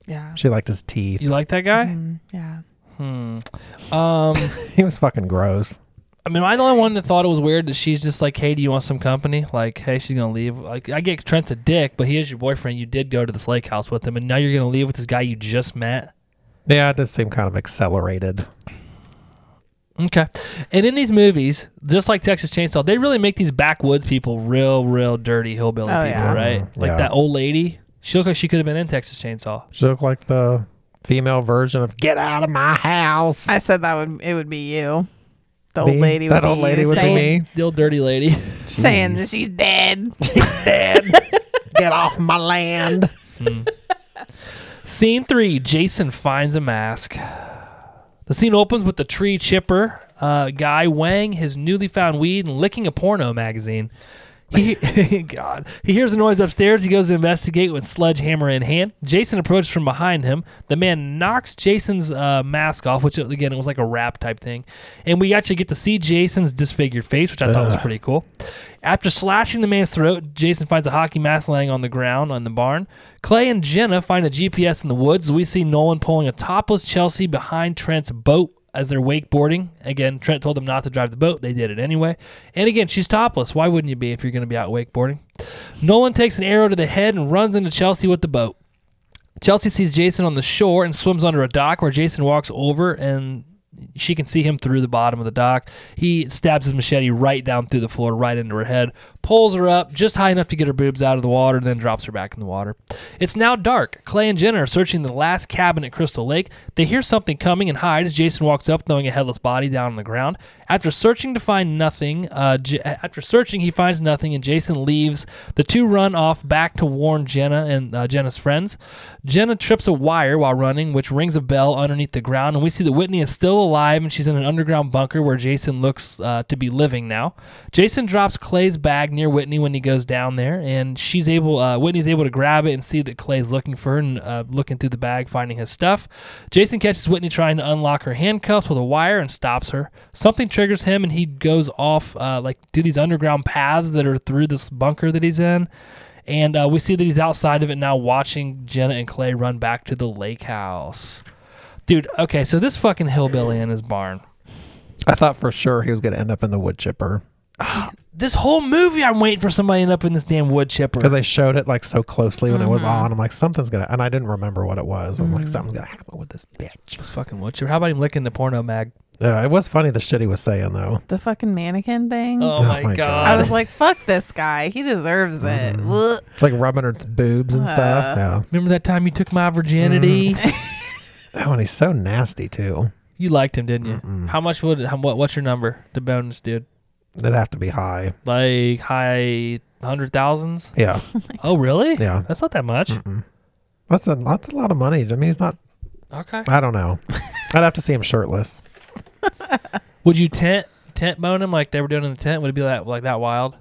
Speaker 4: Yeah.
Speaker 2: She liked his teeth.
Speaker 1: You like that guy?
Speaker 4: Mm, yeah.
Speaker 1: Hmm. Um.
Speaker 2: He was fucking gross.
Speaker 1: I mean, I'm the only one that thought it was weird that she's just like, "Hey, do you want some company?" Like, "Hey, she's gonna leave." Like, I get Trent's a dick, but he is your boyfriend. You did go to this lake house with him, and now you're gonna leave with this guy you just met.
Speaker 2: Yeah, it did seem kind of accelerated.
Speaker 1: Okay. And in these movies, just like Texas Chainsaw, they really make these backwoods people real, real dirty hillbilly
Speaker 4: Oh,
Speaker 1: people,
Speaker 4: yeah.
Speaker 1: right?
Speaker 2: Mhm.
Speaker 1: Like
Speaker 2: Yeah.
Speaker 1: that old lady. She looked like she could have been in Texas Chainsaw.
Speaker 2: She looked like the female version of "Get out of my house."
Speaker 4: I said that would it would be you. The
Speaker 2: Me?
Speaker 4: old lady would
Speaker 2: That
Speaker 4: be
Speaker 2: old lady
Speaker 4: you
Speaker 2: would be
Speaker 4: saying,
Speaker 2: me.
Speaker 1: The old dirty lady.
Speaker 4: saying that she's dead.
Speaker 2: Get off my land.
Speaker 1: scene three Jason finds a mask. The scene opens with the tree chipper uh, guy weighing his newly found weed and licking a porno magazine. He, God, he hears a noise upstairs. He goes to investigate with sledgehammer in hand. Jason approaches from behind him. The man knocks Jason's uh, mask off, which again it was like a wrap type thing, and we actually get to see Jason's disfigured face, which I thought was
Speaker 2: Ugh.
Speaker 1: pretty cool. After slashing the man's throat, Jason finds a hockey mask laying on the ground on the barn. Clay and Jenna find a GPS in the woods. We see Nolan pulling a topless Chelsea behind Trent's boat as they're wakeboarding. Again, Trent told them not to drive the boat. They did it anyway. And again, she's topless. Why wouldn't you be if you're going to be out wakeboarding? Nolan takes an arrow to the head and runs into Chelsea with the boat. Chelsea sees Jason on the shore and swims under a dock where Jason walks over and she can see him through the bottom of the dock. He stabs his machete right down through the floor, right into her head, pulls her up just high enough to get her boobs out of the water, then drops her back in the water. It's now dark. Clay and Jenna are searching the last cabin at Crystal Lake. They hear something coming and hide as Jason walks up, throwing a headless body down on the ground. After searching to find nothing, uh, J- after searching, he finds nothing, and Jason leaves. The two run off back to warn Jenna and uh, Jenna's friends. Jenna trips a wire while running, which rings a bell underneath the ground, and we see that Whitney is still alive, and she's in an underground bunker where Jason looks uh, to be living now. Jason drops Clay's bag near Whitney when he goes down there, and she's able. Uh, Whitney's able to grab it and see that Clay's looking for her and uh, looking through the bag, finding his stuff. Jason catches Whitney trying to unlock her handcuffs with a wire and stops her. Something triggers him, and he goes off uh, like through these underground paths that are through this bunker that he's in. And uh, we see that he's outside of it now, watching Jenna and Clay run back to the lake house. Dude, okay, so this fucking hillbilly in his barn.
Speaker 2: I thought for sure he was going to end up in the wood chipper
Speaker 1: This whole movie, I'm waiting for somebody to end up in this damn wood chipper.
Speaker 2: because they showed it like so closely when it was on. I'm like, something's going to, and I didn't remember what it was. I'm like, something's going to happen with this bitch.
Speaker 1: This fucking wood chipper. How about him licking the porno mag?
Speaker 2: Yeah, it was funny the shit he was saying though.
Speaker 4: The fucking mannequin thing.
Speaker 1: Oh,
Speaker 2: Oh
Speaker 1: my,
Speaker 2: my
Speaker 1: god.
Speaker 2: God.
Speaker 4: Mm. I was like, fuck this guy. He deserves it. Ugh.
Speaker 2: It's like rubbing her boobs and stuff. Yeah.
Speaker 1: Remember that time you took my virginity?
Speaker 2: Mm. Oh, and he's so nasty too.
Speaker 1: you liked him, didn't you?
Speaker 2: Mm.
Speaker 1: How much would how, what? What's your number? The bonus, dude.
Speaker 2: It'd have to be high.
Speaker 1: Like high hundred thousands?
Speaker 2: Yeah.
Speaker 1: Oh, really?
Speaker 2: Yeah. Mm.
Speaker 1: That's not that much.
Speaker 2: That's a that's a lot of money. I mean, he's not.
Speaker 1: Okay.
Speaker 2: I don't know. I'd have to see him shirtless.
Speaker 1: Would you tent tent bone him like they were doing in the tent? Would it be that like that wild?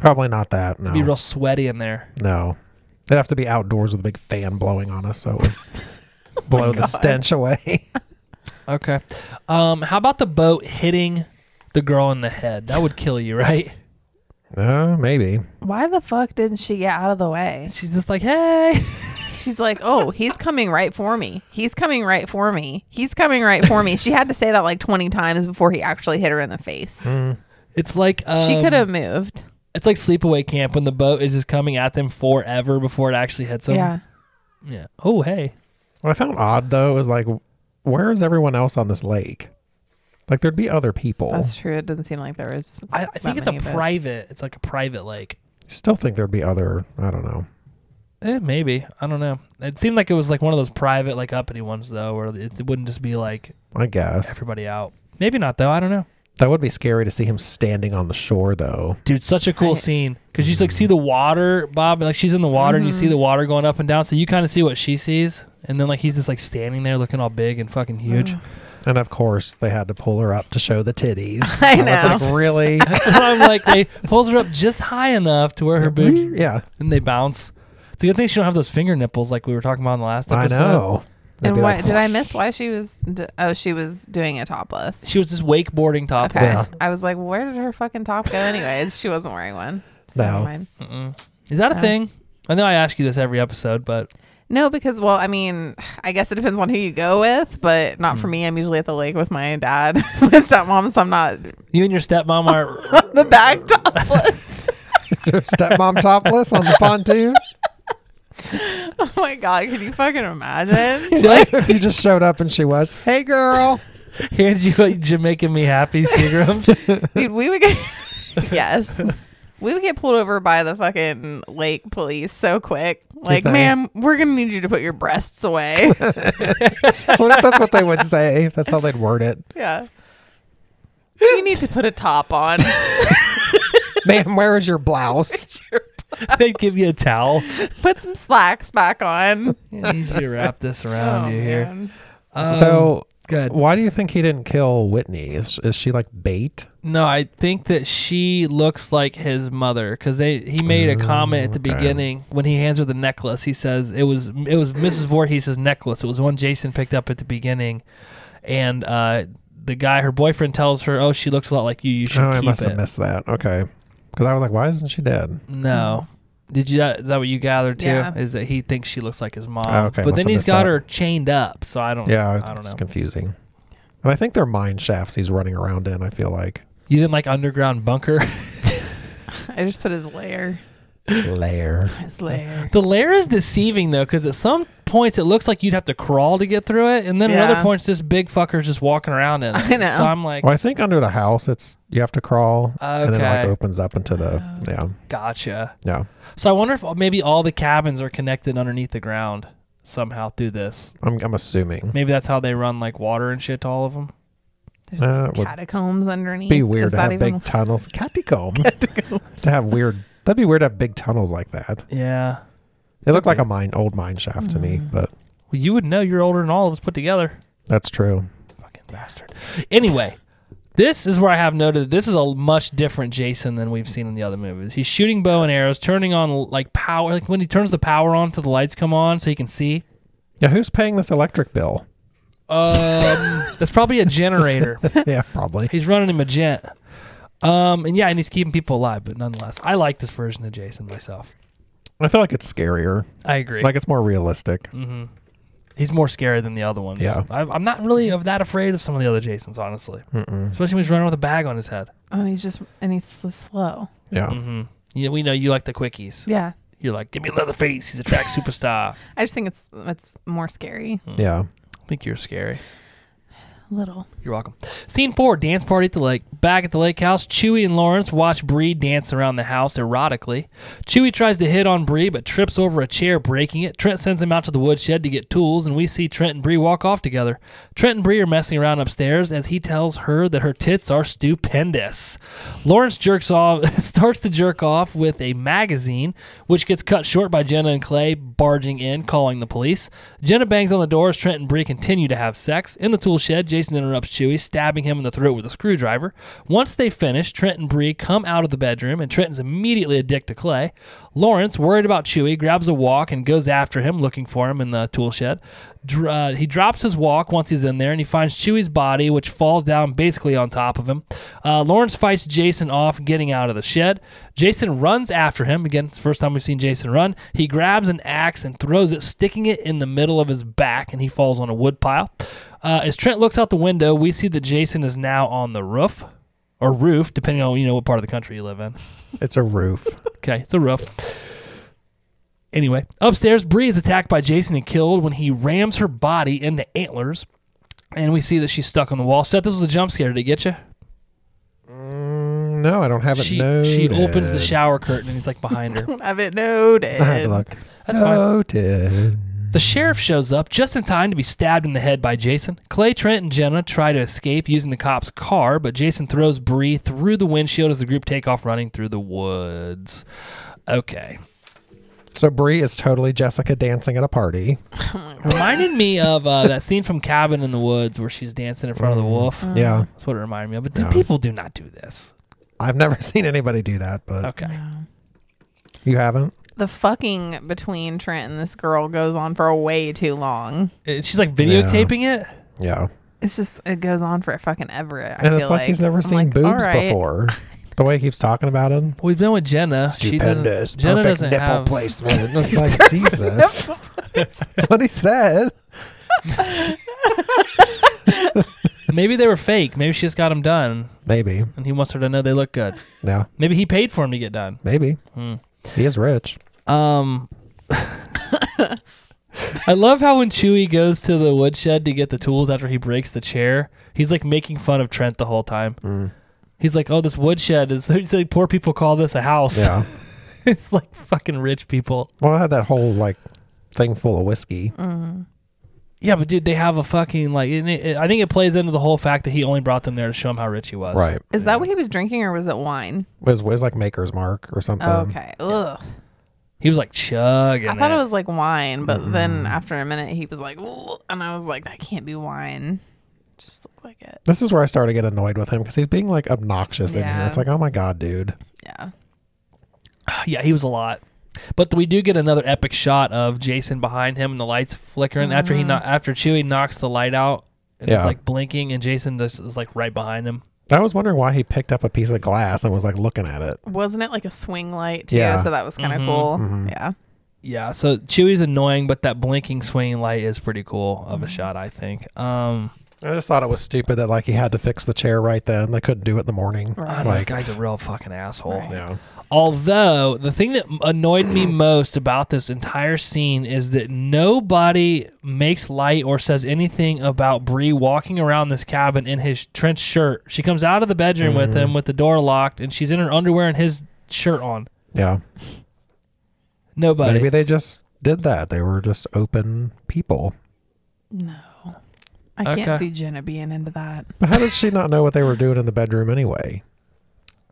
Speaker 2: Probably not that. No.
Speaker 1: Be real sweaty in there.
Speaker 2: No. It'd have to be outdoors with a big fan blowing on us, so it was blow the stench away.
Speaker 1: Okay. Um, how about the boat hitting the girl in the head? That would kill you, right?
Speaker 2: uh, maybe.
Speaker 4: Why the fuck didn't she get out of the way?
Speaker 1: She's just like, hey.
Speaker 4: She's like, oh, he's coming right for me. He's coming right for me. He's coming right for me. She had to say that like 20 times before he actually hit her in the face.
Speaker 2: Mm.
Speaker 1: It's like um,
Speaker 4: she could have moved.
Speaker 1: It's like sleepaway camp when the boat is just coming at them forever before it actually hits them.
Speaker 4: yeah.
Speaker 1: Yeah. Oh hey.
Speaker 2: What I found odd though is like, where is everyone else on this lake? Like there'd be other people.
Speaker 4: That's true. It didn't seem like there was.
Speaker 1: I, I think
Speaker 4: that
Speaker 1: it's a
Speaker 4: many, but-
Speaker 1: private. It's like a private lake.
Speaker 2: Still think there'd be other. I don't know.
Speaker 1: Eh, maybe. I don't know. It seemed like it was like one of those private, like uppity ones though, where it wouldn't just be like
Speaker 2: I guess
Speaker 1: everybody out. Maybe not though. I don't know.
Speaker 2: that would be scary to see him standing on the shore though.
Speaker 1: Dude, such a cool
Speaker 4: I-
Speaker 1: scene because you just, like see the water, Bob. and, Like she's in the water and you
Speaker 4: Mm-hmm.
Speaker 1: see the water going up and down, so you kind of see what she sees, and then like he's just like standing there looking all big and fucking huge.
Speaker 4: Mm.
Speaker 2: And of course, they had to pull her up to show the titties.
Speaker 4: I
Speaker 2: was like, really?
Speaker 1: so I'm like, they pulls her up just high enough to where her
Speaker 4: Mm-hmm.
Speaker 1: boobs
Speaker 2: yeah,
Speaker 1: and they bounce. It's a good thing she don't have those finger nipples like we were talking about in the last
Speaker 2: I
Speaker 1: episode.
Speaker 2: know. They'd
Speaker 4: And
Speaker 2: be
Speaker 4: why
Speaker 2: like,
Speaker 4: did I miss why she was? d- Oh, she was doing a topless.
Speaker 1: She was just wakeboarding top.
Speaker 4: Okay.
Speaker 2: Yeah.
Speaker 4: I was like, where did her fucking top go? Anyways, she wasn't wearing one. So
Speaker 2: No.
Speaker 4: never mind.
Speaker 1: Is that a
Speaker 4: Yeah.
Speaker 1: thing? I know I ask you this every episode, but
Speaker 4: No, because well, I mean, I guess it depends on who you go with, but not
Speaker 2: Hmm.
Speaker 4: for me. I'm usually at the lake with my dad, my stepmom, so I'm not
Speaker 1: you and your stepmom are.
Speaker 4: on the back topless.
Speaker 2: stepmom topless on the pontoon.
Speaker 4: oh my god, can you fucking imagine?
Speaker 2: you just showed up and she was, hey girl.
Speaker 1: hand you like Jamaican Me Happy Seagrams.
Speaker 4: Dude, we would get yes. We would get pulled over by the fucking lake police so quick. Like,
Speaker 2: think?
Speaker 4: ma'am, we're gonna need you to put your breasts away.
Speaker 2: What if that's what they would say? That's how they'd word it.
Speaker 4: yeah. You need to put a top on.
Speaker 2: Ma'am, where is your blouse?
Speaker 1: they give you a towel.
Speaker 4: put some slacks back on.
Speaker 1: I need you to wrap this around you here.
Speaker 4: Oh, man.
Speaker 1: Um,
Speaker 2: so,
Speaker 1: good.
Speaker 2: why do you think he didn't kill Whitney? Is, is she like bait?
Speaker 1: No, I think that she looks like his mother because they he made a comment at the
Speaker 2: okay.
Speaker 1: beginning when he hands her the necklace. He says it was it was Mrs. Voorhees' necklace. It was one Jason picked up at the beginning, and uh, the guy her boyfriend tells her, "Oh, she looks a lot like you. You should
Speaker 2: Oh, I
Speaker 1: keep
Speaker 2: must
Speaker 1: it."
Speaker 2: have missed that. Okay. Because I was like, why isn't she dead?
Speaker 1: No. Did you? Is that what you gathered too?
Speaker 4: Hmm. Yeah.
Speaker 1: Is that he thinks she looks like his mom?
Speaker 2: Oh, okay.
Speaker 1: But then
Speaker 2: Must have
Speaker 1: he's
Speaker 2: missed
Speaker 1: got
Speaker 2: that.
Speaker 1: her chained up, so Oh, I don't.
Speaker 2: Yeah,
Speaker 1: I don't
Speaker 2: it's
Speaker 1: know.
Speaker 2: confusing. And I think they're mine shafts he's running around in, I feel like.
Speaker 1: You didn't like underground bunker.
Speaker 4: I just put his layer.
Speaker 2: Lair.
Speaker 4: His layer.
Speaker 1: the lair is deceiving though, because at some points it looks like you'd have to crawl to get through it, and then at other
Speaker 4: Yeah.
Speaker 1: points this big fucker's just walking around in it.
Speaker 4: I know.
Speaker 1: So I'm like,
Speaker 2: Well, I think under the house, it's you have to crawl, and then it like
Speaker 1: Okay. Oh.
Speaker 2: opens up into the yeah,
Speaker 1: gotcha.
Speaker 2: yeah.
Speaker 1: So I wonder if maybe all the cabins are connected underneath the ground somehow through this.
Speaker 2: I'm I'm assuming.
Speaker 1: Maybe that's how they run like water and shit to all of them.
Speaker 4: There's
Speaker 2: Uh, it would
Speaker 4: catacombs underneath.
Speaker 2: Be weird
Speaker 4: Is
Speaker 2: to
Speaker 4: that
Speaker 2: have
Speaker 4: even-
Speaker 2: big tunnels, catacombs, to have weird. That'd be weird to have big tunnels like that.
Speaker 1: Yeah.
Speaker 2: It looked like a mine, old mine shaft to me, but
Speaker 1: Hmm. Well, you would know. You're older than all of us put together.
Speaker 2: that's true.
Speaker 1: Fucking bastard. Anyway, this is where I have noted that this is a much different Jason than we've seen in the other movies. He's shooting bow and arrows, turning on like power. Like when he turns the power on, so the lights come on, so he can see.
Speaker 2: Yeah, who's paying this electric bill?
Speaker 1: Um, that's probably a generator.
Speaker 2: yeah, probably.
Speaker 1: He's running him a gent. Um, and yeah, and he's keeping people alive. But nonetheless, I like this version of Jason myself.
Speaker 2: I feel like it's scarier.
Speaker 1: I agree.
Speaker 2: Like it's more realistic.
Speaker 1: Mm-hmm. He's more scary than the other ones.
Speaker 2: Yeah.
Speaker 1: I, I'm not really of that afraid of some of the other Jasons, honestly. Especially when he's running with a bag on his head. Mm-hmm.
Speaker 4: Oh, he's just and he's so slow.
Speaker 2: Yeah.
Speaker 1: Yeah, we know you like the quickies.
Speaker 4: Yeah,
Speaker 1: You're like, give me Leatherface. He's a track superstar.
Speaker 4: I just think it's it's more scary.
Speaker 2: Yeah.
Speaker 1: I think you're scary.
Speaker 4: A little.
Speaker 1: You're welcome. Scene four: dance party at the lake. Back at the lake house, Chewie and Lawrence watch Bree dance around the house erotically. Chewie tries to hit on Bree but trips over a chair, breaking it. Trent sends him out to the woodshed to get tools, and we see Trent and Bree walk off together. Trent and Bree are messing around upstairs as he tells her that her tits are stupendous. Lawrence jerks off, starts to jerk off with a magazine, which gets cut short by Jenna and Clay barging in, calling the police. Jenna bangs on the door as Trent and Bree continue to have sex. In the tool shed, Jason interrupts Chewie, stabbing him in the throat with a screwdriver. Once they finish, Trent and Bree come out of the bedroom, and Trenton's immediately a dick to Clay. Lawrence, worried about Chewie, grabs a walk and goes after him, looking for him in the tool shed. Dr- uh, he drops his walk once he's in there, and he finds Chewie's body, which falls down basically on top of him. Uh, Lawrence fights Jason off, getting out of the shed. Jason runs after him. Again, it's the first time we've seen Jason run. He grabs an axe and throws it, sticking it in the middle of his back, and he falls on a wood pile. Uh, as Trent looks out the window, we see that Jason is now on the roof, or roof, depending on you know what part of the country you live in.
Speaker 2: It's a roof.
Speaker 1: Okay, it's a roof. Anyway, upstairs, Bree is attacked by Jason and killed when he rams her body into antlers, and we see that she's stuck on the wall. Seth, this was a jump scare. Did it get you?
Speaker 2: Mm, no, I don't have it
Speaker 1: She
Speaker 2: noted.
Speaker 1: she opens the shower curtain and he's like behind her.
Speaker 4: Have it noted.
Speaker 2: I had to look.
Speaker 1: That's fine.
Speaker 2: noted.
Speaker 1: The sheriff shows up just in time to be stabbed in the head by Jason. Clay, Trent, and Jenna try to escape using the cop's car, but Jason throws Bree through the windshield as the group take off running through the woods. Okay.
Speaker 2: So Bree is totally Jessica dancing at a party.
Speaker 1: Reminded me of uh, that scene from Cabin in the Woods where she's dancing in front of the wolf.
Speaker 4: Mm-hmm.
Speaker 2: Yeah.
Speaker 1: That's what it reminded me of. But people do not do this.
Speaker 2: I've never seen anybody do that, but
Speaker 1: Okay.
Speaker 2: you haven't?
Speaker 4: The fucking between Trent and this girl goes on for way too long.
Speaker 1: Uh, She's like videotaping it.
Speaker 2: Yeah.
Speaker 4: It's just it goes on for fucking ever. I
Speaker 2: and it's
Speaker 4: feel
Speaker 2: like, he's never
Speaker 4: I'm
Speaker 2: seen
Speaker 4: like, all
Speaker 2: boobs
Speaker 4: right.
Speaker 2: before. The way he keeps talking about him.
Speaker 1: We've been with Jenna. Uh, She doesn't-
Speaker 2: Stupendous.
Speaker 1: Jenna
Speaker 2: perfect
Speaker 1: doesn't
Speaker 2: nipple
Speaker 1: have.
Speaker 2: placement. It's like, Jesus. That's what he said.
Speaker 1: Maybe they were fake. Maybe she just got them done,
Speaker 2: Maybe.
Speaker 1: and he wants her to know they look good.
Speaker 2: Yeah.
Speaker 1: Maybe he paid for them to get done. Hmm.
Speaker 2: Maybe. He is rich.
Speaker 1: Um, I love how when Chewie goes to the woodshed to get the tools after he breaks the chair, he's like making fun of Trent the whole time.
Speaker 2: Mm.
Speaker 1: He's like, "Oh, this woodshed is." He's like, "Poor people call this a house."
Speaker 2: Yeah.
Speaker 1: it's like fucking rich people.
Speaker 2: Well, I had that whole like thing full of whiskey.
Speaker 4: Mm.
Speaker 1: Yeah, but dude, they have a fucking like. and it- it- I think it plays into the whole fact that he only brought them there to show him how rich he was.
Speaker 2: Right.
Speaker 4: Is that what he was drinking or was it wine?
Speaker 2: It was, it was like Maker's Mark or something.
Speaker 4: Oh, okay. Ugh.
Speaker 1: He was like chugging.
Speaker 4: I thought it was like wine, but then after a minute he was like, "Ugh," and I was like, that can't be wine. Just look like it.
Speaker 2: This is where I started to get annoyed with him because he's being like obnoxious in here.
Speaker 4: Yeah.
Speaker 2: It's like, oh my God, dude.
Speaker 4: Yeah.
Speaker 1: Yeah, he was a lot. But we do get another epic shot of Jason behind him and the lights flickering after he
Speaker 4: Mm.
Speaker 1: kno- after Chewie knocks the light out. And
Speaker 2: Yeah.
Speaker 1: It's like blinking, and Jason just is like right behind him.
Speaker 2: I was wondering why he picked up a piece of glass and was like looking at it.
Speaker 4: Wasn't it like a swing light too?
Speaker 2: Yeah. Mm-hmm.
Speaker 4: So that was kind of cool. Yeah.
Speaker 1: Yeah, so Chewie's annoying, but that blinking swinging light is pretty cool
Speaker 4: Mm.
Speaker 1: of a shot, I think. Um,
Speaker 2: I just thought it was stupid that like he had to fix the chair right then. They couldn't do it in the morning.
Speaker 1: I don't know,
Speaker 2: Like,
Speaker 1: that guy's a real fucking asshole.
Speaker 2: yeah.
Speaker 1: Although the thing that annoyed me most about this entire scene is that nobody makes light or says anything about Bree walking around this cabin in his trench shirt. She comes out of the bedroom
Speaker 2: Mm-hmm.
Speaker 1: with him with the door locked and she's in her underwear and his shirt on.
Speaker 2: Yeah.
Speaker 1: Nobody.
Speaker 2: Maybe they just did that. They were just open people.
Speaker 4: No. I can't
Speaker 1: Okay.
Speaker 4: see Jenna being into that.
Speaker 2: But how did she not know what they were doing in the bedroom anyway?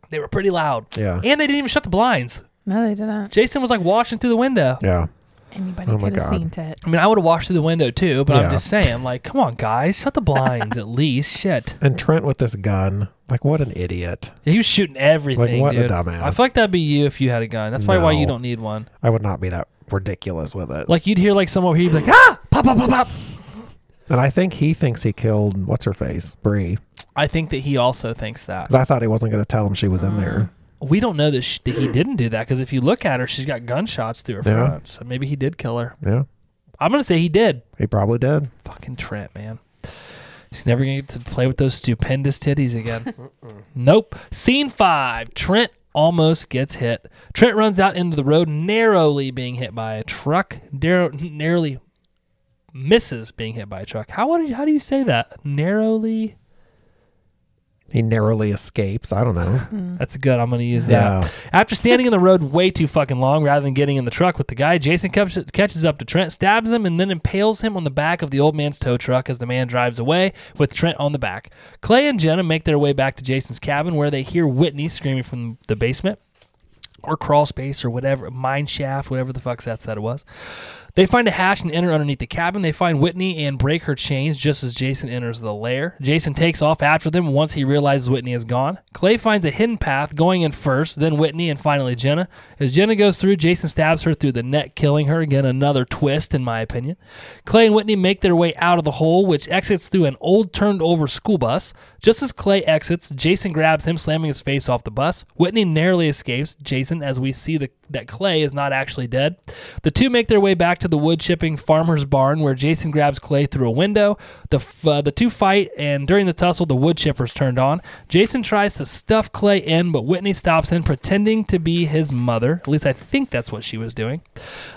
Speaker 1: They were pretty loud.
Speaker 2: Yeah.
Speaker 1: And they didn't even shut the blinds.
Speaker 4: No, they didn't.
Speaker 1: Jason was like watching through the window.
Speaker 2: Yeah.
Speaker 4: Anybody
Speaker 2: Oh my
Speaker 4: could have
Speaker 2: God.
Speaker 4: seen it.
Speaker 1: I mean, I would have watched through the window too, but I'm
Speaker 2: Yeah.
Speaker 1: just saying, like, come on, guys, shut the blinds at least. Shit,
Speaker 2: And Trent with this gun. Like, what an idiot.
Speaker 1: he was shooting everything.
Speaker 2: what a
Speaker 1: dude.
Speaker 2: dumbass.
Speaker 1: I feel like that'd be you if you had a gun. That's probably why you
Speaker 2: No.
Speaker 1: don't need one.
Speaker 2: I would not be that ridiculous with it.
Speaker 1: Like you'd hear like someone over here, you'd be like, ah, pop, pop, pop, pop.
Speaker 2: and I think he thinks he killed what's her face, Bree,
Speaker 1: I think that he also thinks that.
Speaker 2: because I thought he wasn't going to tell him she was in there.
Speaker 1: We don't know that, sh that he didn't do that because if you look at her, she's got gunshots through her
Speaker 2: Yeah.
Speaker 1: front. So maybe he did kill her.
Speaker 2: Yeah,
Speaker 1: I'm gonna say he did.
Speaker 2: he probably did.
Speaker 1: Fucking Trent, man. She's never gonna get to play with those stupendous titties again. nope. Scene five. Trent almost gets hit. Trent runs out into the road, narrowly being hit by a truck. Narrow, narrowly misses being hit by a truck. How would you, how do you say that? Narrowly.
Speaker 2: He narrowly escapes. I don't know.
Speaker 1: That's good. I'm gonna use that.
Speaker 2: Yeah.
Speaker 1: After standing in the road way too fucking long rather than getting in the truck with the guy, Jason catch- catches up to Trent, stabs him, and then impales him on the back of the old man's tow truck as the man drives away with Trent on the back. Clay and Jenna make their way back to Jason's cabin where they hear Whitney screaming from the basement or crawl space or whatever, mine shaft, whatever the fuck that said it was. They find a hatch and enter underneath the cabin. They find Whitney and break her chains just as Jason enters the lair. Jason takes off after them once he realizes Whitney is gone. Clay finds a hidden path, going in first, then Whitney, and finally Jenna. As Jenna goes through, Jason stabs her through the neck, killing her. Again, another twist, in my opinion. Clay and Whitney make their way out of the hole, which exits through an old turned over school bus. Just as Clay exits, Jason grabs him, slamming his face off the bus. Whitney narrowly escapes Jason as we see the, that Clay is not actually dead. The two make their way back to the wood chipping farmer's barn where Jason grabs Clay through a window. The, f- uh, the two fight, and during the tussle, the wood chipper's turned on. Jason tries to stuff Clay in, but Whitney stops him, pretending to be his mother. At least I think that's what she was doing.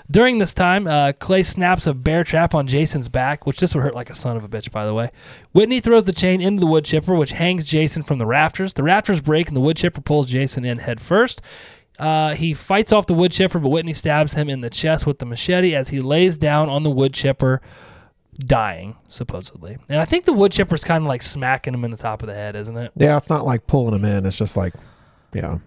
Speaker 1: During this time, uh, Clay snaps a bear trap on Jason's back, which this would hurt like a son of a bitch, by the way. Whitney throws the chain into the wood chipper, which hangs Jason from the rafters. The rafters break, and the wood chipper pulls Jason in head first. Uh, he fights off the wood chipper, but Whitney stabs him in the chest with the machete as he lays down on the wood chipper, dying, supposedly. And I think the wood chipper's kind of like smacking him in the top of the head, isn't it?
Speaker 2: Yeah, it's not like pulling him in. It's just like, yeah,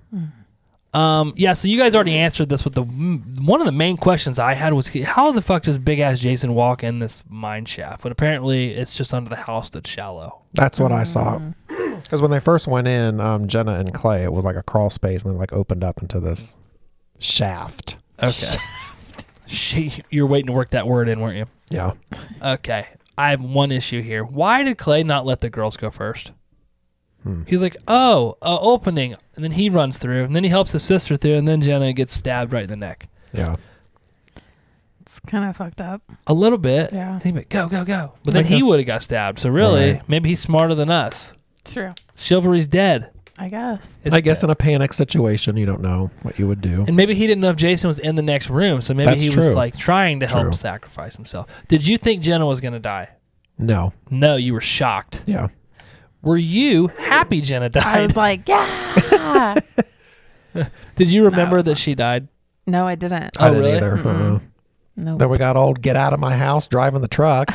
Speaker 1: Um, yeah, so you guys already answered this, but the m- one of the main questions I had was how the fuck does big ass Jason walk in this mine shaft? But apparently, it's just under the house that's shallow.
Speaker 2: that's what I saw. Because when they first went in, um, Jenna and Clay, it was like a crawl space, and then like opened up into this shaft.
Speaker 1: Okay, she, you're waiting to work that word in, weren't you?
Speaker 2: Yeah,
Speaker 1: Okay, I have one issue here. Why did Clay not let the girls go first?
Speaker 2: Hmm.
Speaker 1: He's like, oh, uh, opening, and then he runs through, and then he helps his sister through, and then Jenna gets stabbed right in the neck.
Speaker 2: yeah.
Speaker 4: It's kind of fucked up.
Speaker 1: A little bit.
Speaker 4: Yeah.
Speaker 1: He went, go, go, go. But then
Speaker 2: Like
Speaker 1: he
Speaker 2: this-
Speaker 1: would have got stabbed. So really,
Speaker 2: Right.
Speaker 1: maybe he's smarter than us.
Speaker 4: True.
Speaker 1: Chivalry's dead.
Speaker 4: I guess.
Speaker 1: It's
Speaker 2: I guess
Speaker 1: dead.
Speaker 2: in a panic situation, you don't know what you would do.
Speaker 1: And maybe he didn't know if Jason was in the next room, so maybe
Speaker 2: That's
Speaker 1: he was
Speaker 2: true.
Speaker 1: like trying to help
Speaker 2: True.
Speaker 1: sacrifice himself. Did you think Jenna was going to die?
Speaker 2: No,
Speaker 1: No, you were shocked.
Speaker 2: yeah.
Speaker 1: Were you happy Jenna died?
Speaker 4: I was like, yeah.
Speaker 1: Did you remember
Speaker 4: it's
Speaker 1: that she died?
Speaker 4: no, I didn't.
Speaker 1: Oh,
Speaker 2: I didn't
Speaker 1: really?
Speaker 2: either.
Speaker 4: Mm-mm.
Speaker 2: Uh-uh.
Speaker 4: No.
Speaker 2: Then we got old get out of my house driving the truck.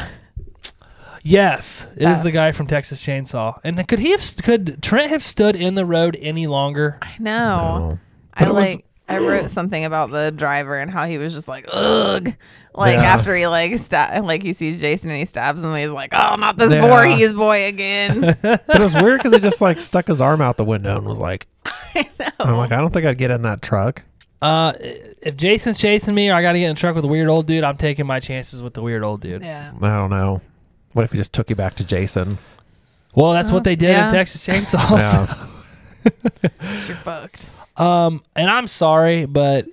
Speaker 1: Yes, it is
Speaker 4: Uh.
Speaker 1: the guy from Texas Chainsaw. And could he have could Trent have stood in the road any longer?
Speaker 4: I know.
Speaker 2: Oh.
Speaker 4: I
Speaker 2: But it was-
Speaker 4: like. I wrote something about the driver and how he was just like, ugh, like
Speaker 2: Yeah.
Speaker 4: after he like sta- like he sees Jason and he stabs him. And he's like, oh, not this
Speaker 2: Yeah.
Speaker 4: Voorhees boy again.
Speaker 2: But it was weird because he just like stuck his arm out the window and was like,
Speaker 1: Uh-huh.
Speaker 2: I'm like, I don't think I'd get in that truck.
Speaker 1: Uh if Jason's chasing me or I got to get in a truck with a weird old dude, I'm taking my chances with the weird old dude.
Speaker 4: yeah,
Speaker 2: I don't know. What if he just took you back to Jason?
Speaker 1: Well, that's what they did
Speaker 4: Yeah.
Speaker 1: in Texas Chainsaw. so-
Speaker 2: Yeah.
Speaker 4: you're fucked.
Speaker 1: Um, and I'm sorry, but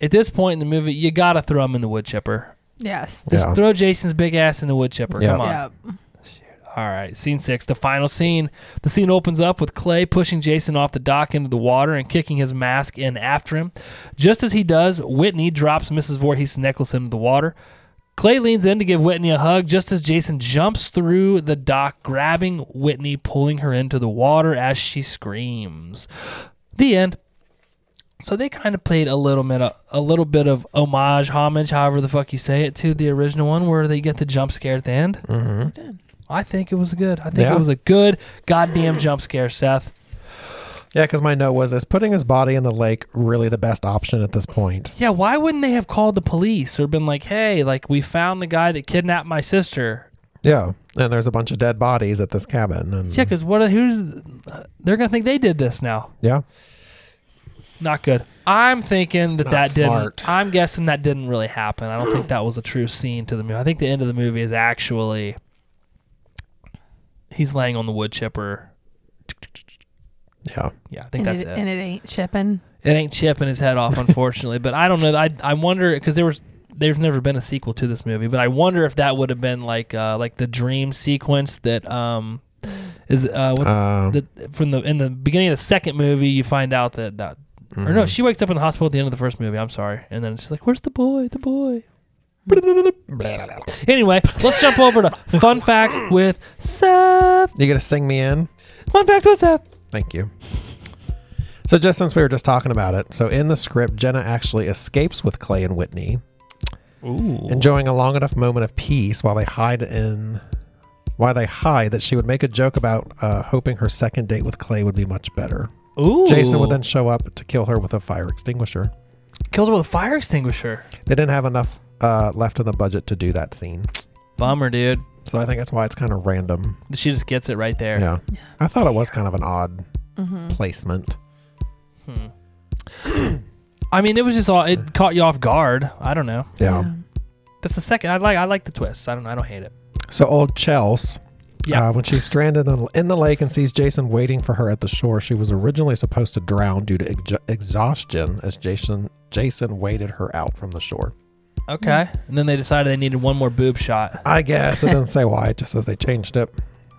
Speaker 1: at this point in the movie, you gotta throw him in the wood chipper.
Speaker 4: Yes.
Speaker 1: Just
Speaker 2: Yeah.
Speaker 1: throw Jason's big ass in the wood chipper.
Speaker 2: Yeah.
Speaker 1: Come on.
Speaker 4: Yeah.
Speaker 1: All right, scene six, the final scene. The scene opens up with Clay pushing Jason off the dock into the water and kicking his mask in after him. Just as he does, Whitney drops Mrs. Voorhees' necklace into the water. Clay leans in to give Whitney a hug just as Jason jumps through the dock, grabbing Whitney, pulling her into the water as she screams. The end. So they kind of played a little bit of, a little bit of homage, homage, however the fuck you say it, to the original one where they get the jump scare at the end.
Speaker 4: I did.
Speaker 1: I think it was good. I think
Speaker 2: Yeah.
Speaker 1: it was a good goddamn jump scare, Seth.
Speaker 2: Yeah, because my note was: Is putting his body in the lake really the best option at this point?
Speaker 1: Yeah, why wouldn't they have called the police or been like, hey, like we found the guy that kidnapped my sister?
Speaker 2: Yeah, and there's a bunch of dead bodies at this cabin. And,
Speaker 1: Yeah, because what? Who's? They're gonna think they did this now.
Speaker 2: yeah,
Speaker 1: Not good. I'm thinking that
Speaker 2: Not
Speaker 1: that
Speaker 2: smart.
Speaker 1: didn't. I'm guessing that didn't really happen. I don't think that was a true scene to the movie. I think the end of the movie is actually he's laying on the wood chipper.
Speaker 2: yeah.
Speaker 1: Yeah, I think
Speaker 4: and
Speaker 1: that's
Speaker 4: it,
Speaker 1: it.
Speaker 4: And it ain't chipping.
Speaker 1: It ain't chipping his head off, unfortunately. but I don't know. I I wonder because there was there's never been a sequel to this movie, but I wonder if that would have been like uh, like the dream sequence that um is uh what,
Speaker 2: Um,
Speaker 1: the, from the in the beginning of the second movie you find out that that or
Speaker 2: Mm-hmm.
Speaker 1: no she wakes up in the hospital at the end of the first movie. I'm sorry, and then she's like, "Where's the boy? The boy."
Speaker 2: mm-hmm.
Speaker 1: Anyway, let's jump over to fun facts with Seth.
Speaker 2: you gonna sing me in?
Speaker 1: Fun facts with Seth.
Speaker 2: Thank you. So, just since we were just talking about it, so in the script, Jenna actually escapes with Clay and Whitney,
Speaker 1: Ooh.
Speaker 2: enjoying a long enough moment of peace while they hide in. Why they hide that she would make a joke about uh, hoping her second date with Clay would be much better.
Speaker 1: Ooh.
Speaker 2: Jason would then show up to kill her with a fire extinguisher.
Speaker 1: kills her with a fire extinguisher.
Speaker 2: They didn't have enough uh, left in the budget to do that scene,
Speaker 1: Bummer, dude.
Speaker 2: so I think that's why it's kind of random.
Speaker 1: She just gets it right there.
Speaker 2: Yeah, I thought it was kind of an odd
Speaker 4: Mm-hmm.
Speaker 2: placement.
Speaker 1: Hmm. I mean, it was just all it caught you off guard. I don't know.
Speaker 2: Um,
Speaker 1: That's the second. I like. I like the twists. I don't. know. I don't hate it.
Speaker 2: So old Chels,
Speaker 1: Yeah.
Speaker 2: uh, when she's stranded in the, in the lake and sees Jason waiting for her at the shore, she was originally supposed to drown due to ex- exhaustion as Jason Jason waited her out from the shore.
Speaker 1: Okay. And then they decided they needed one more boob shot.
Speaker 2: I guess it doesn't say why, it just says they changed it.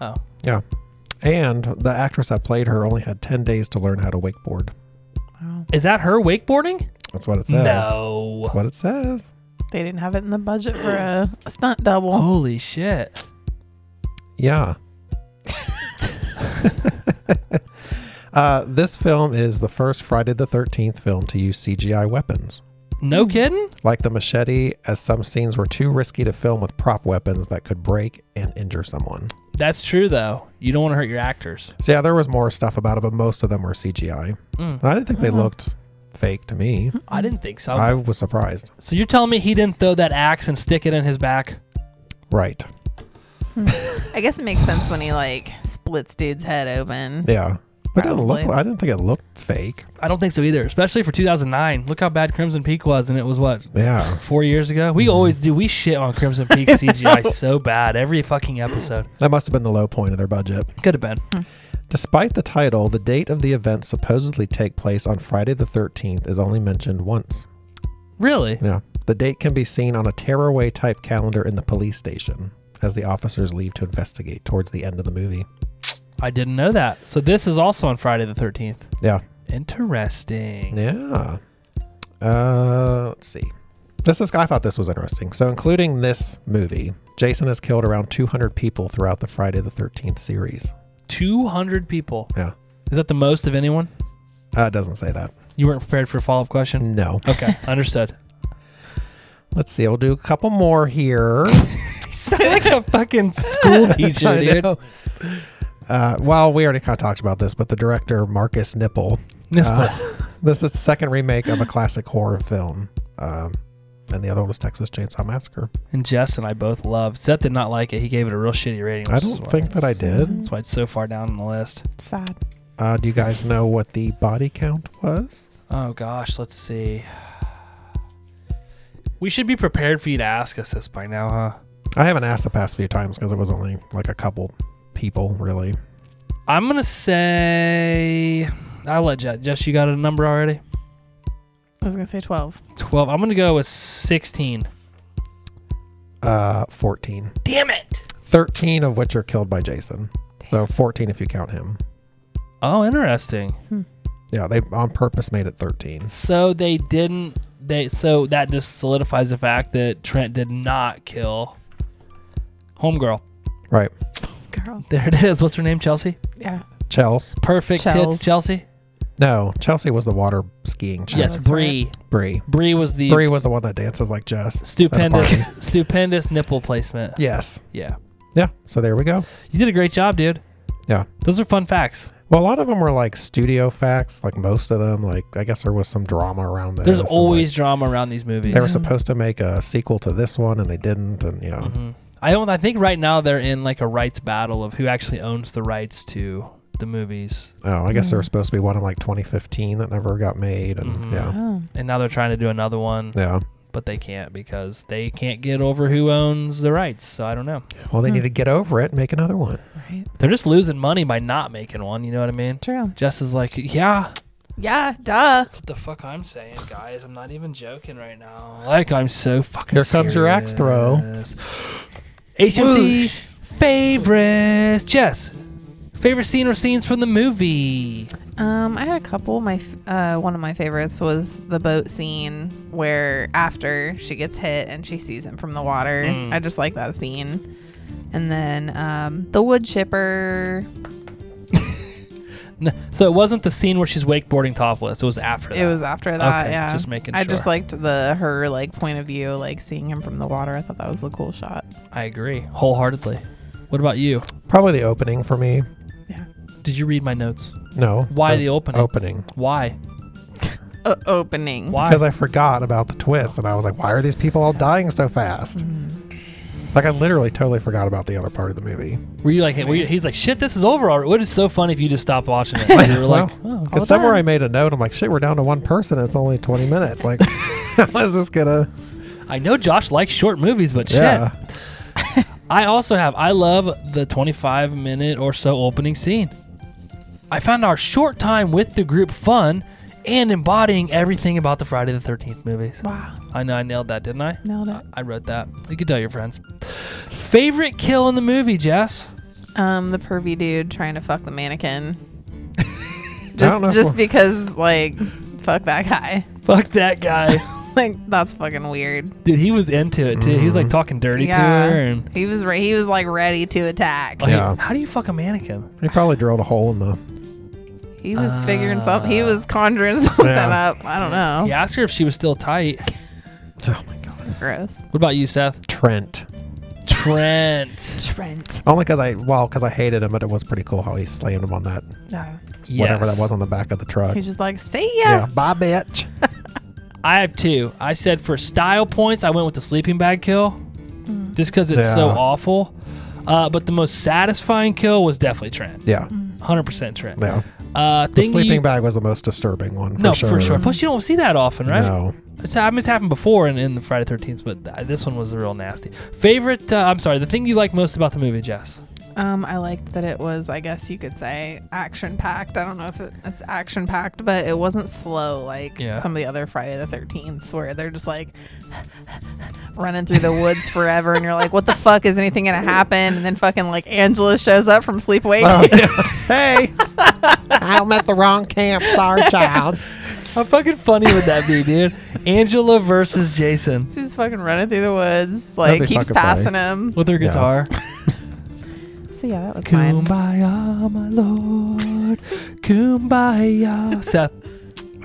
Speaker 1: Oh.
Speaker 2: Yeah. And the actress that played her only had 10 days to learn how to wakeboard.
Speaker 4: Wow.
Speaker 1: Is that her wakeboarding?
Speaker 2: That's what it says.
Speaker 1: No.
Speaker 2: That's what it says.
Speaker 4: They didn't have it in the budget for a, a stunt double.
Speaker 1: Holy shit.
Speaker 2: Yeah. uh, this film is the first Friday the 13th film to use CGI weapons.
Speaker 1: No kidding.
Speaker 2: like the machete, as some scenes were too risky to film with prop weapons that could break and injure someone.
Speaker 1: That's true though. You don't want to hurt your actors.
Speaker 2: So yeah, there was more stuff about it, but most of them were CGI.
Speaker 1: Mm.
Speaker 2: And I didn't think they looked fake to me.
Speaker 1: I didn't think so.
Speaker 2: I was surprised.
Speaker 1: so you're telling me he didn't throw that axe and stick it in his back?
Speaker 2: Right.
Speaker 4: I guess it makes sense when he like splits dude's head open.
Speaker 2: Yeah. But it didn't look
Speaker 4: Probably.
Speaker 2: I didn't think it looked fake.
Speaker 1: I don't think so either. Especially for 2009. Look how bad Crimson Peak was, and it was what
Speaker 2: Yeah.
Speaker 1: four years ago.
Speaker 2: Mm-hmm.
Speaker 1: We always do. We shit on Crimson Peak CGI so bad every fucking episode.
Speaker 2: That must have been the low point of their budget.
Speaker 1: Could have been.
Speaker 2: Despite the title, the date of the events supposedly take place on Friday the 13th is only mentioned once.
Speaker 1: Really?
Speaker 2: Yeah. The date can be seen on a tearaway type calendar in the police station as the officers leave to investigate towards the end of the movie.
Speaker 1: I didn't know that. So this is also on Friday the 13th.
Speaker 2: Yeah.
Speaker 1: Interesting.
Speaker 2: Yeah. Uh, let's see. This is I thought this was interesting. So including this movie, Jason has killed around 200 people throughout the Friday the 13th series.
Speaker 1: 200 people.
Speaker 2: Yeah.
Speaker 1: Is that the most of anyone?
Speaker 2: Uh, it doesn't say that.
Speaker 1: You weren't prepared for a follow up question?
Speaker 2: No.
Speaker 1: Okay, understood.
Speaker 2: Let's see. I'll do a couple more here.
Speaker 1: You sound like a fucking school teacher,
Speaker 2: I
Speaker 1: dude.
Speaker 2: know. Uh, well, we already kind of talked about this, but the director Marcus Nipple.
Speaker 1: This
Speaker 2: uh, this is the second remake of a classic horror film, um, and the other one was Texas Chainsaw Massacre.
Speaker 1: And Jess and I both loved. Seth did not like it. He gave it a real shitty rating.
Speaker 2: I
Speaker 1: which is
Speaker 2: don't
Speaker 1: why-
Speaker 2: think that I did.
Speaker 1: That's why it's so far down on the list.
Speaker 4: Sad.
Speaker 2: Uh, do you guys know what the body count was?
Speaker 1: Oh gosh, let's see. We should be prepared for you to ask us this by now, huh?
Speaker 2: I haven't asked the past few times because it was only like a couple people, really.
Speaker 1: I'm gonna say I'll let Jess. Jess, you got a number already?
Speaker 4: I was gonna say twelve.
Speaker 1: Twelve. I'm gonna go with sixteen.
Speaker 2: Uh, 14.
Speaker 1: Damn it!
Speaker 2: 13 of which are killed by Jason. So 14 if you count him.
Speaker 1: Oh, interesting.
Speaker 2: Yeah, they on purpose made it 13.
Speaker 1: So they didn't. They so that just solidifies the fact that Trent did not kill Homegirl.
Speaker 2: Right.
Speaker 4: Girl.
Speaker 1: There it is. What's her name? Chelsea.
Speaker 4: Yeah.
Speaker 2: Chels.
Speaker 1: Perfect
Speaker 4: Chels.
Speaker 1: tits. Chelsea.
Speaker 2: No, Chelsea was the water skiing chick.
Speaker 1: yes,
Speaker 4: that's
Speaker 1: Bree.
Speaker 2: Bree.
Speaker 1: Bree was the
Speaker 2: Bree was the one that dances like Jess.
Speaker 1: stupendous,
Speaker 2: At
Speaker 1: stupendous nipple placement.
Speaker 2: Yes.
Speaker 1: yeah.
Speaker 2: Yeah. So there we go.
Speaker 1: You did a great job, dude.
Speaker 2: Yeah.
Speaker 1: Those are fun facts.
Speaker 2: Well, a lot of them were like studio facts. Like most of them, like I guess there was some drama around this.
Speaker 1: There's
Speaker 2: and, like,
Speaker 1: always drama around these movies.
Speaker 2: they were supposed to make a sequel to this one and they didn't, and you know.
Speaker 1: Mhm. I don't. I think right now they're in like a rights battle of who actually owns the rights to the movies,
Speaker 2: Oh, I guess there was supposed to be one in like 2015 that never got made, and
Speaker 1: Mhm.
Speaker 2: yeah,
Speaker 4: Oh.
Speaker 1: and now they're trying to do another one,
Speaker 2: yeah.
Speaker 1: but they can't because they can't get over who owns the rights. So I don't know.
Speaker 2: Well, they
Speaker 4: Hmm.
Speaker 2: need to get over it and make another one.
Speaker 4: Right.
Speaker 1: They're just losing money by not making one. You know what I mean?
Speaker 4: It's true.
Speaker 1: Jess is like, yeah,
Speaker 3: Yeah, duh.
Speaker 1: that's what the fuck I'm saying, guys. I'm not even joking right now. Like I'm so fucking.
Speaker 2: Here comes your axe throw.
Speaker 1: serious. HMC favorites. Jess, favorite scene or scenes from the movie?
Speaker 4: Um, I had a couple. My f- uh, one of my favorites was the boat scene where after she gets hit and she sees him from the water.
Speaker 1: Mm.
Speaker 4: I just like that scene. And then um, the wood chipper.
Speaker 1: N- So it wasn't the scene where she's wakeboarding topless. It was after that.
Speaker 4: It was after that.
Speaker 1: Okay,
Speaker 4: yeah,
Speaker 1: just making
Speaker 4: I just
Speaker 1: sure.
Speaker 4: liked the her like point of view, like seeing him from the water. I thought that was a cool shot.
Speaker 1: I agree wholeheartedly. What about you?
Speaker 2: Probably the opening for me.
Speaker 1: Did you read my notes?
Speaker 2: No.
Speaker 1: Why
Speaker 2: says
Speaker 1: the opening?
Speaker 2: Opening.
Speaker 1: Why?
Speaker 4: Uh, opening.
Speaker 1: Why?
Speaker 2: Because I forgot about the twist, and I was like, "Why are these people all dying so fast?"
Speaker 4: Mm-hmm.
Speaker 2: Like I literally totally forgot about the other part of the movie.
Speaker 1: were you like, were you- he's like, shit, this is over already. What is so funny if you just stopped watching it? You were like, oh, okay.
Speaker 2: Because somewhere I made a note. I'm like, "Shit, we're down to one person. and It's only 20 minutes. Like, how is this gonna?"
Speaker 1: I know Josh likes short movies, but
Speaker 2: Yeah.
Speaker 1: shit. I also have. I love the 25 minute or so opening scene. I found our short time with the group fun and embodying everything about the Friday the 13th movies.
Speaker 4: Wow,
Speaker 1: I know I nailed that, didn't I?
Speaker 4: nailed it.
Speaker 1: I wrote that. You could tell your friends. Favorite kill in the movie, Jess?
Speaker 4: Um, the pervy dude trying to fuck the mannequin.
Speaker 2: don't
Speaker 4: just
Speaker 2: know if
Speaker 4: just
Speaker 2: we're-
Speaker 4: because like fuck that guy.
Speaker 1: Fuck that guy.
Speaker 4: Like that's fucking weird.
Speaker 1: Dude, he was into it too. He
Speaker 2: Mm.
Speaker 1: was like talking dirty
Speaker 4: Yeah.
Speaker 1: to her and
Speaker 4: He was re- he was like ready to attack.
Speaker 1: like,
Speaker 2: Yeah.
Speaker 1: how do you fuck a mannequin?
Speaker 2: He probably drilled a hole in the.
Speaker 4: He was figuring something. He was conjuring something
Speaker 2: Yeah.
Speaker 4: up. I don't know.
Speaker 1: You asked her if she was still tight.
Speaker 2: Oh my god.
Speaker 4: Gross.
Speaker 1: What about you, Seth?
Speaker 2: Trent.
Speaker 1: Trent.
Speaker 3: Trent.
Speaker 2: Only because I well, because I hated him, but it was pretty cool how he slammed him on that
Speaker 4: Yeah.
Speaker 2: whatever
Speaker 1: Yes.
Speaker 2: that was on the back of the truck.
Speaker 4: He's just like, see
Speaker 2: Yeah,
Speaker 4: ya.
Speaker 2: bye, bitch.
Speaker 1: I have two. I said for style points, I went with the sleeping bag kill, just because it's so
Speaker 2: Yeah.
Speaker 1: awful. Uh, but the most satisfying kill was definitely Trent.
Speaker 2: Yeah,
Speaker 1: 100% Trent.
Speaker 2: yeah.
Speaker 1: Uh,
Speaker 2: The
Speaker 1: thing
Speaker 2: sleeping
Speaker 1: you,
Speaker 2: bag was the most disturbing one. For
Speaker 1: No,
Speaker 2: sure.
Speaker 1: for sure. Plus, you don't see that often, right?
Speaker 2: No.
Speaker 1: It's, I mean, it's happened before in, in the Friday 13th, but th- this one was real nasty. Favorite, uh, I'm sorry, the thing you like most about the movie, Jess?
Speaker 4: Um, I liked that it was, I guess you could say, action packed. I don't know if it, it's action packed, but it wasn't slow like
Speaker 1: Yeah.
Speaker 4: some of the other Friday the 13th where they're just like running through the woods forever. And you're like, what the fuck? Is anything going to happen? And then fucking like Angela shows up from sleepaway.
Speaker 2: Oh, yeah. hey, I'm at the wrong camp. Sorry, child.
Speaker 1: How fucking funny would that be, dude? Angela versus Jason
Speaker 4: She's fucking running through the woods, like
Speaker 2: be
Speaker 4: keeps
Speaker 2: fucking funny.
Speaker 4: passing him.
Speaker 1: with her
Speaker 2: Yeah.
Speaker 1: guitar.
Speaker 4: So yeah, that was mine.
Speaker 1: Kumbaya, my lord. Kumbaya. Seth.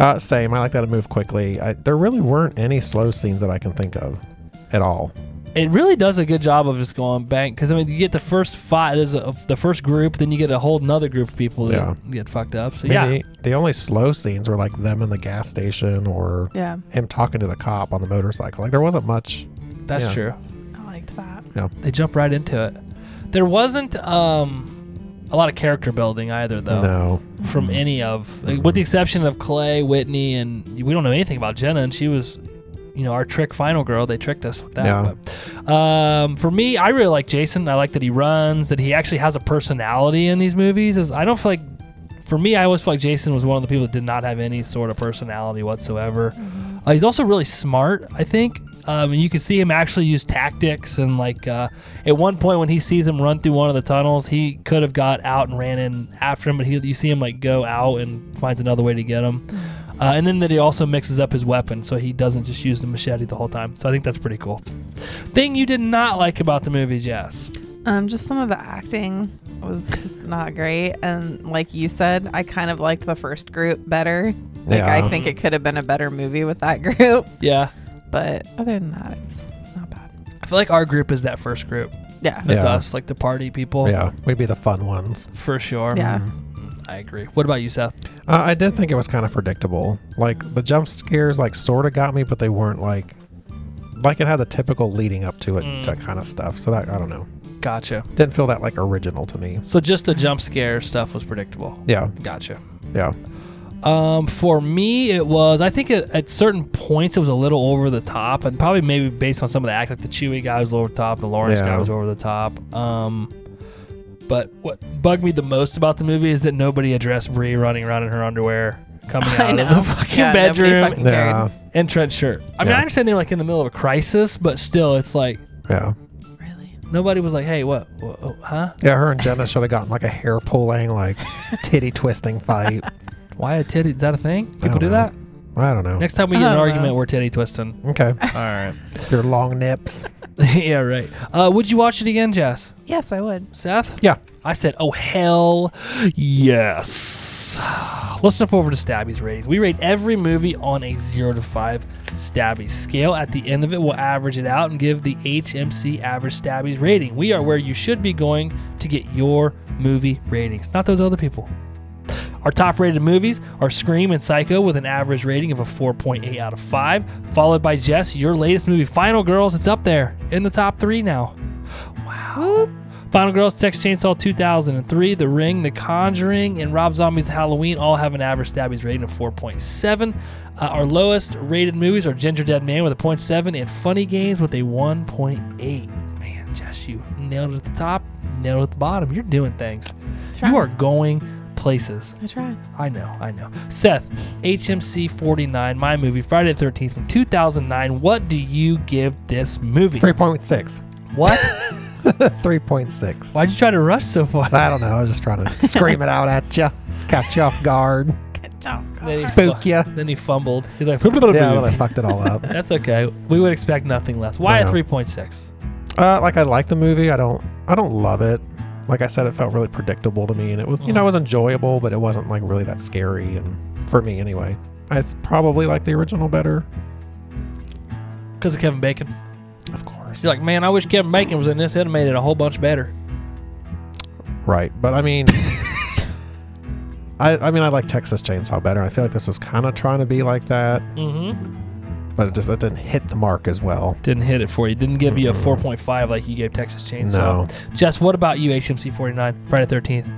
Speaker 2: Uh, same. I like that to move quickly. I, there really weren't any slow scenes that I can think of at all.
Speaker 1: it really does a good job of just going bang because I mean you get the first five there's a, the first group then you get a whole another group of people that
Speaker 2: Yeah.
Speaker 1: get fucked up so
Speaker 2: I mean,
Speaker 1: yeah
Speaker 2: The, the only slow scenes were like them in the gas station or
Speaker 4: Yeah,
Speaker 2: him talking to the cop on the motorcycle. Like there wasn't much.
Speaker 1: that's
Speaker 2: yeah.
Speaker 1: true
Speaker 4: I liked that.
Speaker 1: they jump right into it there wasn't um a lot of character building either though
Speaker 2: No.
Speaker 1: from any of like, with the exception of Clay Whitney and we don't know anything about Jenna and she was you know our trick final girl they tricked us with that
Speaker 2: Yeah.
Speaker 1: but, um, for me I really like Jason I like that he runs that he actually has a personality in these movies is I don't feel like for me I always feel like Jason was one of the people that did not have any sort of personality whatsoever uh, he's also really smart I think um, and you can see him actually use tactics and like uh, at one point when he sees him run through one of the tunnels he could have got out and ran in after him but he, you see him like go out and finds another way to get him uh, and then that he also mixes up his weapon so he doesn't just use the machete the whole time so i think that's pretty cool thing you did not like about the movie jess
Speaker 4: Um, just some of the acting was just not great, and like you said, I kind of liked the first group better. Like
Speaker 2: Yeah.
Speaker 4: I think it could have been a better movie with that group,
Speaker 1: yeah
Speaker 4: but other than that, it's not bad.
Speaker 1: i feel like our group is that first group
Speaker 4: Yeah,
Speaker 1: that's
Speaker 2: Yeah.
Speaker 1: us like the party people
Speaker 2: Yeah, we'd be the fun ones.
Speaker 1: for sure
Speaker 4: yeah.
Speaker 1: I I agree. What about you, Seth?
Speaker 2: Uh, I did think it was kind of predictable. Like the jump scares, like sort of got me, but they weren't like like it had the typical leading up to it
Speaker 1: Mm.
Speaker 2: kind of stuff. So that I don't know,
Speaker 1: Gotcha.
Speaker 2: didn't feel that like original to me.
Speaker 1: So just the jump scare stuff was predictable.
Speaker 2: Yeah,
Speaker 1: Gotcha.
Speaker 2: yeah.
Speaker 1: Um, for me, it was. I think it, at certain points it was a little over the top, and probably maybe based on some of the act, like the Chewy guy was over the top, the Lawrence guy
Speaker 2: Yeah.
Speaker 1: was over the top. Um, but what bugged me the most about the movie is that nobody addressed Brie running around in her underwear, coming
Speaker 4: I
Speaker 1: out of
Speaker 4: know.
Speaker 1: the fucking
Speaker 4: Yeah, nobody
Speaker 1: bedroom,
Speaker 4: fucking- Carried.
Speaker 2: Yeah,
Speaker 1: and trench shirt. I mean,
Speaker 2: Yeah.
Speaker 1: I understand they're like in the middle of a crisis, but still, it's like
Speaker 2: yeah,
Speaker 4: Really?
Speaker 1: nobody was like, "Hey, what? what oh, huh?
Speaker 2: yeah. Her and Jenna should have gotten like a hair pulling, like titty twisting fight.
Speaker 1: Why a titty? Is that a thing? People
Speaker 2: don't
Speaker 1: do
Speaker 2: know.
Speaker 1: that?
Speaker 2: I don't know.
Speaker 1: Next time we get an
Speaker 4: I don't
Speaker 1: argument,
Speaker 4: know.
Speaker 1: we're titty twisting.
Speaker 2: Okay,
Speaker 1: All right.
Speaker 2: your long nips.
Speaker 1: yeah, right. Uh, would you watch it again, Jess?
Speaker 4: Yes, I would.
Speaker 1: Seth?
Speaker 2: Yeah.
Speaker 1: I said, oh, hell yes. Let's jump over to Stabby's ratings. We rate every movie on a 0 to 5 Stabby scale. At the end of it, we'll average it out and give the HMC average Stabby's rating. We are where you should be going to get your movie ratings, not those other people. Our top rated movies are Scream and Psycho with an average rating of a 4.8 out of 5, followed by Jess, your latest movie, Final Girls. It's up there in the top three now. Wow. Final Girls, Tex Chainsaw 2003, The Ring, The Conjuring, and Rob Zombie's Halloween all have an average Stabby's rating of 4.7. Uh, our lowest rated movies are Ginger Dead Man with a 0.7 and Funny Games with a 1.8. Man, Jess, you nailed it at the top, nailed it at the bottom. You're doing things.
Speaker 4: Try.
Speaker 1: You are going places.
Speaker 4: I tried.
Speaker 1: I know, I know. Seth, HMC 49, my movie, Friday the 13th from 2009. What do you give this movie?
Speaker 2: Three point six.
Speaker 1: What?
Speaker 2: Three point six.
Speaker 1: Why'd you try to rush so far?
Speaker 2: I don't know. I was just trying to scream it out at you, catch you off guard,
Speaker 1: Then he
Speaker 2: spook
Speaker 1: fu-
Speaker 2: you.
Speaker 1: Then he fumbled. He's like,
Speaker 2: Yeah, well, I fucked it all up.
Speaker 1: that's okay. We would expect nothing less. Why a
Speaker 2: Yeah.
Speaker 1: 3.6?
Speaker 2: Uh, like I like the movie. I don't. I don't love it. Like I said, it felt really predictable to me, and it was you know it was enjoyable, but it wasn't like really that scary. And for me, anyway, it's probably like the original better.
Speaker 1: Because of Kevin Bacon.
Speaker 2: Of course,
Speaker 1: He's like, man, I wish Kevin Bacon was in this. It'd have made it a whole bunch better.
Speaker 2: right, but I mean, I I mean I like Texas Chainsaw better. I feel like this was kind of trying to be like that,
Speaker 1: Mm-hmm.
Speaker 2: but it just it didn't hit the mark as well.
Speaker 1: Didn't hit it for you. Didn't give you a 4.5 like you gave Texas Chainsaw.
Speaker 2: No.
Speaker 1: Jess, what about you, HMC 49, Friday 13th?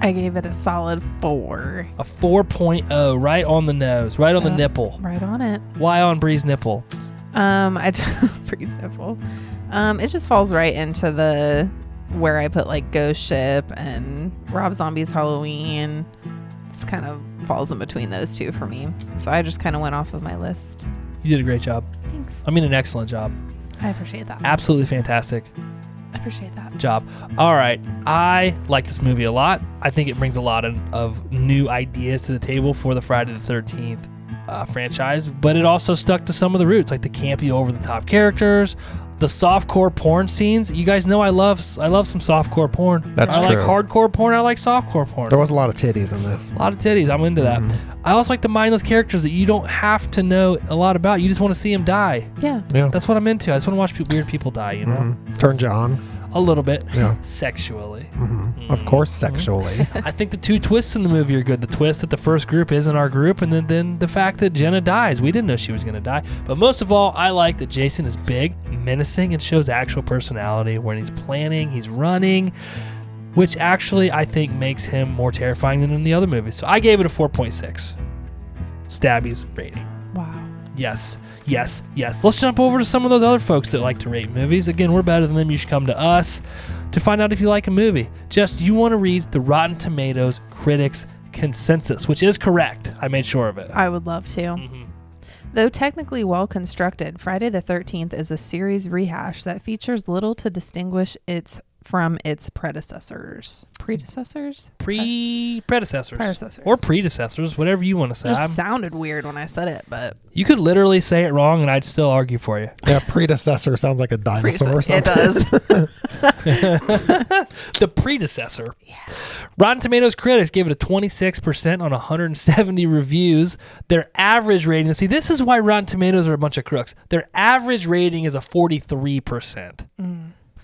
Speaker 4: I gave it a solid four.
Speaker 1: A 4.0, right on the nose, right on the
Speaker 4: Yeah.
Speaker 1: nipple.
Speaker 4: Right on it.
Speaker 1: Why on Bree's nipple?
Speaker 4: Um, I pretty simple. Um, it just falls right into the where I put like Ghost Ship and Rob Zombie's Halloween. It's kind of falls in between those two for me. So I just kind of went off of my list.
Speaker 1: You did a great job.
Speaker 4: Thanks.
Speaker 1: I mean, an excellent job.
Speaker 4: I appreciate that.
Speaker 1: Absolutely fantastic.
Speaker 4: I appreciate that.
Speaker 1: job. All right, I like this movie a lot. I think it brings a lot of, of new ideas to the table for the Friday the Thirteenth uh, franchise, but it also stuck to some of the roots, like the campy, over-the-top characters, the softcore porn scenes. You guys know I love I love some softcore porn.
Speaker 2: That's
Speaker 1: I like
Speaker 2: true.
Speaker 1: hardcore porn. I like softcore porn.
Speaker 2: There was Mm-hmm. a lot of titties in this.
Speaker 1: A lot of titties. I'm into that. I also like the mindless characters that you don't have to know a lot about. You just want to see them die.
Speaker 4: Yeah.
Speaker 2: Yeah,
Speaker 1: That's what I'm into. I just want to watch pe- weird people die. You know,
Speaker 2: Mhm. turned you on.
Speaker 1: a little bit
Speaker 2: Yeah,
Speaker 1: sexually.
Speaker 2: Mhm. of course, sexually.
Speaker 1: I think the two twists in the movie are good. The twist that the first group isn't our group, and then, then the fact that Jenna dies. We didn't know she was going to die. But most of all, I like that Jason is big, menacing, and shows actual personality when he's planning, he's running, which actually I think makes him more terrifying than in the other movies. So I gave it a 4.6. Stabby's rating.
Speaker 4: Wow.
Speaker 1: Yes, yes, yes. Let's jump over to some of those other folks that like to rate movies. Again, we're better than them. You should come to us to find out if you like a movie. Just you want to read the Rotten Tomatoes critics consensus, which is correct. I made sure of it. Mm-hmm.
Speaker 4: I would love to. Though technically well constructed, Friday the 13th is a series rehash that features little to distinguish its from its predecessors. Predecessors?
Speaker 1: Pre predecessors.
Speaker 4: Predecessors.
Speaker 1: Or predecessors, whatever you want to say.
Speaker 4: It just
Speaker 1: I'm-
Speaker 4: sounded weird when I said it, but
Speaker 1: you could literally say it wrong, and I'd still argue for you.
Speaker 2: yeah, predecessor sounds like a dinosaur or
Speaker 4: Predecessor-
Speaker 2: something.
Speaker 4: it does.
Speaker 1: the predecessor. Rotten Tomatoes critics gave it a 26% on 170 reviews. Their average rating, see, this is why Rotten Tomatoes are a bunch of crooks. Their average rating is a 43%.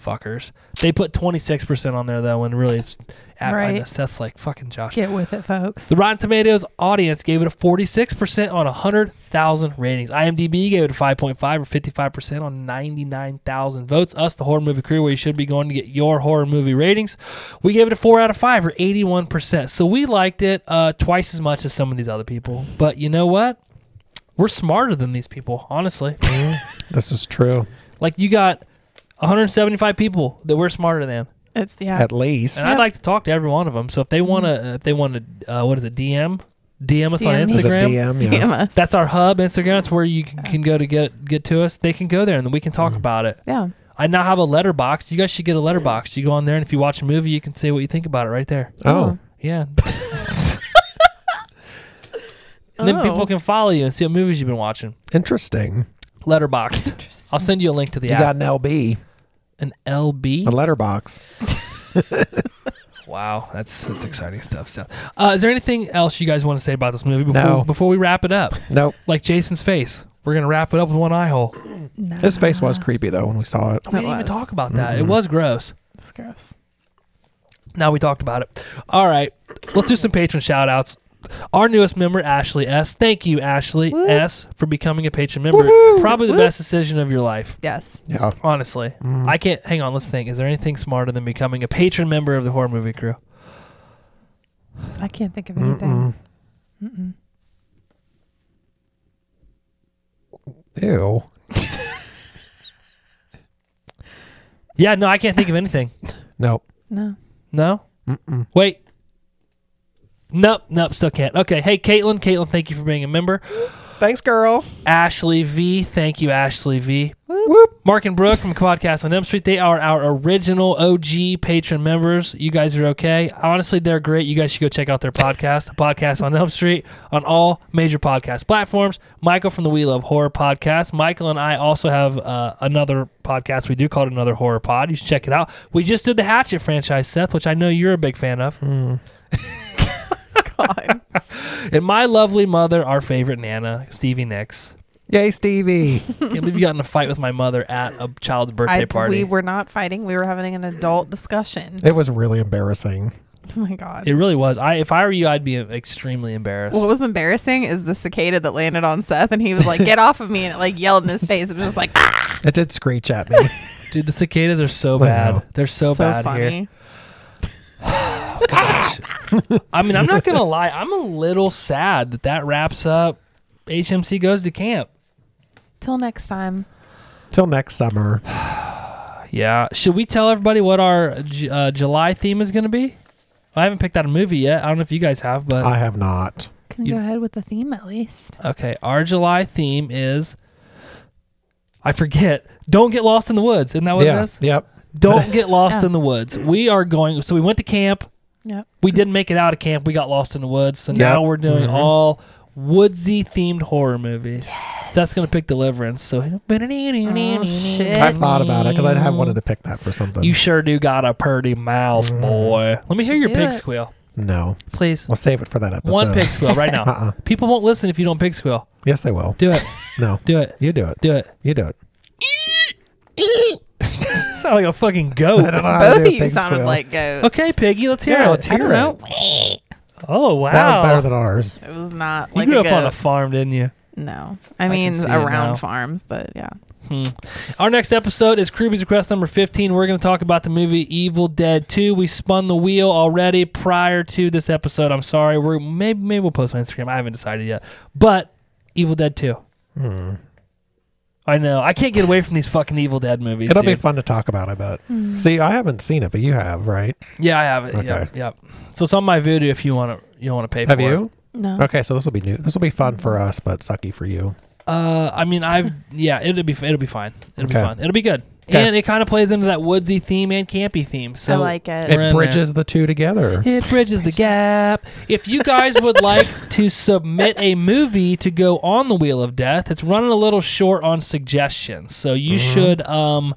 Speaker 1: fuckers. They put 26% on there though, when really it's at
Speaker 4: Right.
Speaker 1: right. That's like fucking Josh.
Speaker 4: Get with it, folks.
Speaker 1: The Rotten Tomatoes audience gave it a 46% on 100,000 ratings. IMDb gave it a 5.5 or 55% on 99,000 votes. Us, the horror movie crew, where you should be going to get your horror movie ratings, we gave it a 4 out of 5 or 81%. So we liked it uh, twice as much as some of these other people. But you know what? We're smarter than these people, honestly.
Speaker 2: This is true.
Speaker 1: like, you got 175 people that we're smarter than.
Speaker 4: It's yeah.
Speaker 2: At least.
Speaker 1: And I'd like to talk to every one of them. So if they want to, if they want to, uh, what is it? DM, DM us on
Speaker 4: DM.
Speaker 2: Is it
Speaker 1: Instagram.
Speaker 2: DM? Yeah.
Speaker 4: Damn us.
Speaker 1: That's our hub, Instagram. That's where you can, can go to get get to us. They can go there and we can talk
Speaker 2: Mm-hmm.
Speaker 1: about it.
Speaker 4: yeah.
Speaker 1: I now have a letterbox. You guys should get a letterbox. You go on there and if you watch a movie, you can say what you think about it right there.
Speaker 2: Oh,
Speaker 1: Yeah. and then
Speaker 4: Oh.
Speaker 1: people can follow you and see what movies you've been watching.
Speaker 2: interesting.
Speaker 4: Oh.
Speaker 1: Letterboxed. I'll send you a link to the
Speaker 2: You
Speaker 1: app.
Speaker 2: got an LB,
Speaker 1: an LB.
Speaker 2: a letterbox.
Speaker 1: wow, that's that's exciting stuff. So, uh, is there anything else you guys want to say about this movie before
Speaker 2: No.
Speaker 1: before we wrap it up?
Speaker 2: Nope.
Speaker 1: Like Jason's face. We're gonna wrap it up with one eye hole.
Speaker 2: His face
Speaker 4: Ah.
Speaker 2: was creepy though when we saw it.
Speaker 1: We
Speaker 4: It
Speaker 1: didn't even
Speaker 4: was.
Speaker 1: talk about that. It was gross.
Speaker 4: It's gross.
Speaker 1: Now we talked about it. All right, let's do some patron shout outs. Our newest member, Ashley S. Thank you, Ashley
Speaker 4: Woo.
Speaker 1: S, for becoming a patron member. Probably the
Speaker 4: Woo.
Speaker 1: best decision of your life,
Speaker 4: Yes.
Speaker 2: Yeah. Mm-hmm.
Speaker 1: honestly. I can't, hang on, let's think. Is there anything smarter than becoming a patron member of the horror movie crew?
Speaker 4: I can't think of
Speaker 2: Mm-mm.
Speaker 4: anything. Mm-mm.
Speaker 2: Ew.
Speaker 1: Yeah, no, I can't think of anything.
Speaker 2: Nope.
Speaker 4: No.
Speaker 1: No?
Speaker 2: Mm-mm.
Speaker 1: Wait. Nope, nope, still can't. Okay, hey, Caitlin, Caitlin, thank you for being a member.
Speaker 2: Thanks, girl.
Speaker 1: Ashley V, thank you, Ashley V.
Speaker 2: Whoop.
Speaker 1: Mark and Brooke from Quadcast on M Street. They are our original OG patron members. You guys are okay. Honestly, they're great. You guys should go check out their podcast, Podcast on Elm Street, on all major podcast platforms. Michael from the We Love Horror podcast. Michael and I also have uh, another podcast we do called Another Horror Pod. You should check it out. We just did the Hatchet franchise, Seth, which I know you're a big fan of.
Speaker 2: Mm.
Speaker 4: God.
Speaker 1: And my lovely mother, our favorite Nana, Stevie Nicks.
Speaker 2: Yay, Stevie.
Speaker 1: Can't believe you got in a fight with my mother at a child's birthday
Speaker 4: I-
Speaker 1: party.
Speaker 4: we were not fighting. We were having an adult discussion.
Speaker 2: it was really embarrassing.
Speaker 4: Oh my god.
Speaker 1: It really was. I if I were you, I'd be extremely embarrassed.
Speaker 4: what was embarrassing is the cicada that landed on Seth, and he was like, "Get off of me!" and it like yelled in his face. It was just like ah,
Speaker 2: It did screech at me.
Speaker 1: Dude, the cicadas are so
Speaker 2: I
Speaker 1: bad.
Speaker 2: know.
Speaker 1: They're so, bad here.
Speaker 4: funny.
Speaker 1: Gosh. I mean, I'm not gonna lie. I'm a little sad that that wraps up. HMC goes to camp.
Speaker 4: Till next time.
Speaker 2: Till next summer.
Speaker 1: Yeah. Should we tell everybody what our J- uh, July theme is gonna be? I haven't picked out a movie yet. I don't know if you guys have, but
Speaker 2: I have not.
Speaker 4: Can
Speaker 1: You-
Speaker 4: go ahead with the theme at least.
Speaker 1: okay. Our July theme is. I forget. Don't get lost in the woods. Isn't that what
Speaker 2: yeah.
Speaker 1: it is?
Speaker 2: Yep.
Speaker 1: Don't get lost
Speaker 4: Yeah.
Speaker 1: in the woods. We are going. So we went to camp.
Speaker 4: Yep.
Speaker 1: we didn't make it out of camp. We got lost in the woods. So
Speaker 2: Yep.
Speaker 1: now we're doing
Speaker 2: Mhm.
Speaker 1: all woodsy themed horror movies. So that's gonna pick Deliverance. So
Speaker 4: Oh, shit.
Speaker 2: I thought about it because I'd have wanted to pick that for something.
Speaker 1: You sure do got a pretty mouth,
Speaker 2: Mm-hmm.
Speaker 1: boy. Let me hear your
Speaker 4: do
Speaker 1: pig
Speaker 4: it.
Speaker 1: squeal,
Speaker 2: no.
Speaker 1: please.
Speaker 2: We'll save it for that episode.
Speaker 1: One pig squeal right now.
Speaker 2: Uh-uh.
Speaker 1: People won't listen if you don't pig squeal.
Speaker 2: Yes, they will.
Speaker 1: Do it.
Speaker 2: No.
Speaker 1: Do it.
Speaker 2: You do it.
Speaker 1: Do it.
Speaker 2: You do it.
Speaker 1: Sound like a fucking goat.
Speaker 2: I don't know how to
Speaker 4: Both
Speaker 2: do
Speaker 4: of you
Speaker 2: pig
Speaker 4: sounded
Speaker 2: squeal.
Speaker 4: like goats.
Speaker 1: Okay, piggy. Let's hear
Speaker 2: Yeah,
Speaker 1: it.
Speaker 2: let's hear
Speaker 1: I don't
Speaker 2: it.
Speaker 1: know. Oh wow.
Speaker 2: That was better than ours.
Speaker 4: It was not
Speaker 1: you
Speaker 4: like
Speaker 1: grew
Speaker 4: a
Speaker 1: up on a
Speaker 4: goat.
Speaker 1: farm, didn't you?
Speaker 4: no. I
Speaker 1: can
Speaker 4: mean
Speaker 1: see it now.
Speaker 4: around farms, but yeah.
Speaker 1: Hmm. Our next episode is Kruby's Request number 15. We're going to talk about the movie Evil Dead 2. We spun the wheel already prior to this episode. I'm sorry. We're maybe maybe we'll post on Instagram. I haven't decided yet. But Evil Dead 2.
Speaker 2: Hmm.
Speaker 1: I know. I can't get away from these fucking Evil Dead movies.
Speaker 2: It'll be
Speaker 1: dude.
Speaker 2: fun to talk about, I bet.
Speaker 4: Hmm.
Speaker 2: See, I haven't seen it, but you have, right?
Speaker 1: Yeah, I have it.
Speaker 2: Okay.
Speaker 1: Yep, yep. So it's on my voodoo if you want to you want to pay
Speaker 2: Have
Speaker 1: for it.
Speaker 2: you?
Speaker 4: No.
Speaker 2: Okay, so this will be new. This will be fun for us, but sucky for you.
Speaker 1: Uh, I mean, I've yeah, it'll be it'll be fine. It'll be
Speaker 2: Okay.
Speaker 1: fun. It'll be good.
Speaker 2: Okay.
Speaker 1: And it kind of plays into that woodsy theme and campy theme. So
Speaker 4: I like it.
Speaker 1: We're in
Speaker 2: It bridges the two together.
Speaker 1: It bridges the gap. If you guys would like to submit a movie to go on the Wheel of Death, it's running a little short on suggestions. So you should um,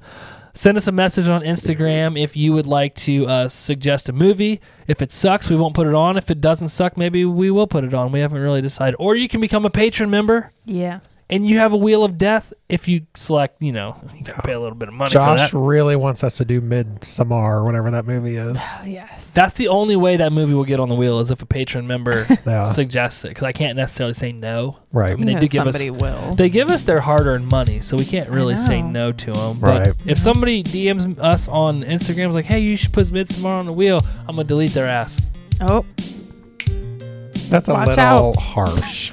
Speaker 1: send us a message on Instagram if you would like to uh, suggest a movie. If it sucks, we won't put it on. If it doesn't suck, maybe we will put it on. We haven't really decided. Or you can become a patron member.
Speaker 4: yeah.
Speaker 1: and you have a wheel of death if you select. You know, you gotta pay a little bit of money
Speaker 2: Josh
Speaker 1: for that.
Speaker 2: really wants us to do Midsommar or whatever that movie is.
Speaker 4: Oh, yes.
Speaker 1: That's the only way that movie will get on the wheel is if a patron member
Speaker 2: Yeah,
Speaker 1: suggests it because I can't necessarily say no.
Speaker 2: right.
Speaker 1: I mean, they
Speaker 4: No,
Speaker 1: do give us-
Speaker 4: somebody will.
Speaker 1: They give us their hard-earned money, so we can't really say
Speaker 4: know.
Speaker 1: no to them.
Speaker 2: Right.
Speaker 1: But if somebody DMs us on Instagram, is like, "Hey, you should put Midsommar on the wheel," I'm gonna delete their ass.
Speaker 4: oh,
Speaker 2: That's a
Speaker 4: Watch
Speaker 2: little
Speaker 4: out.
Speaker 2: harsh.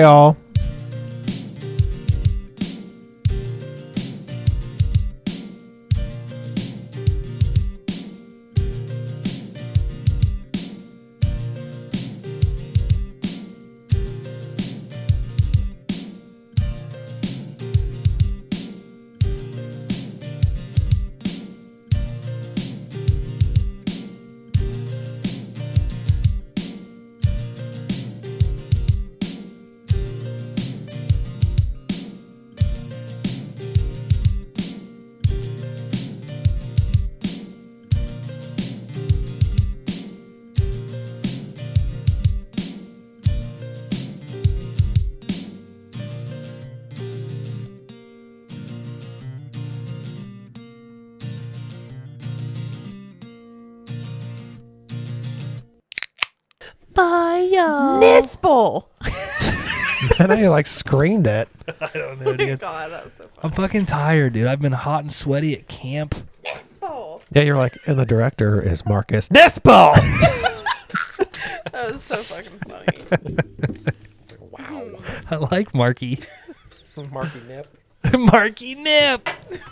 Speaker 2: y'all.
Speaker 5: Bye, y'all.
Speaker 4: Nispel!
Speaker 2: And I like screamed it.
Speaker 1: I don't know, dude.
Speaker 4: God, that was so
Speaker 1: I'm fucking tired, dude. I've been hot and sweaty at camp.
Speaker 4: full.
Speaker 2: Yeah, you're like, and the director is Marcus Nispel.
Speaker 4: That was so fucking funny.
Speaker 1: I like Marky.
Speaker 2: Marky Nip.
Speaker 1: Marky Nip.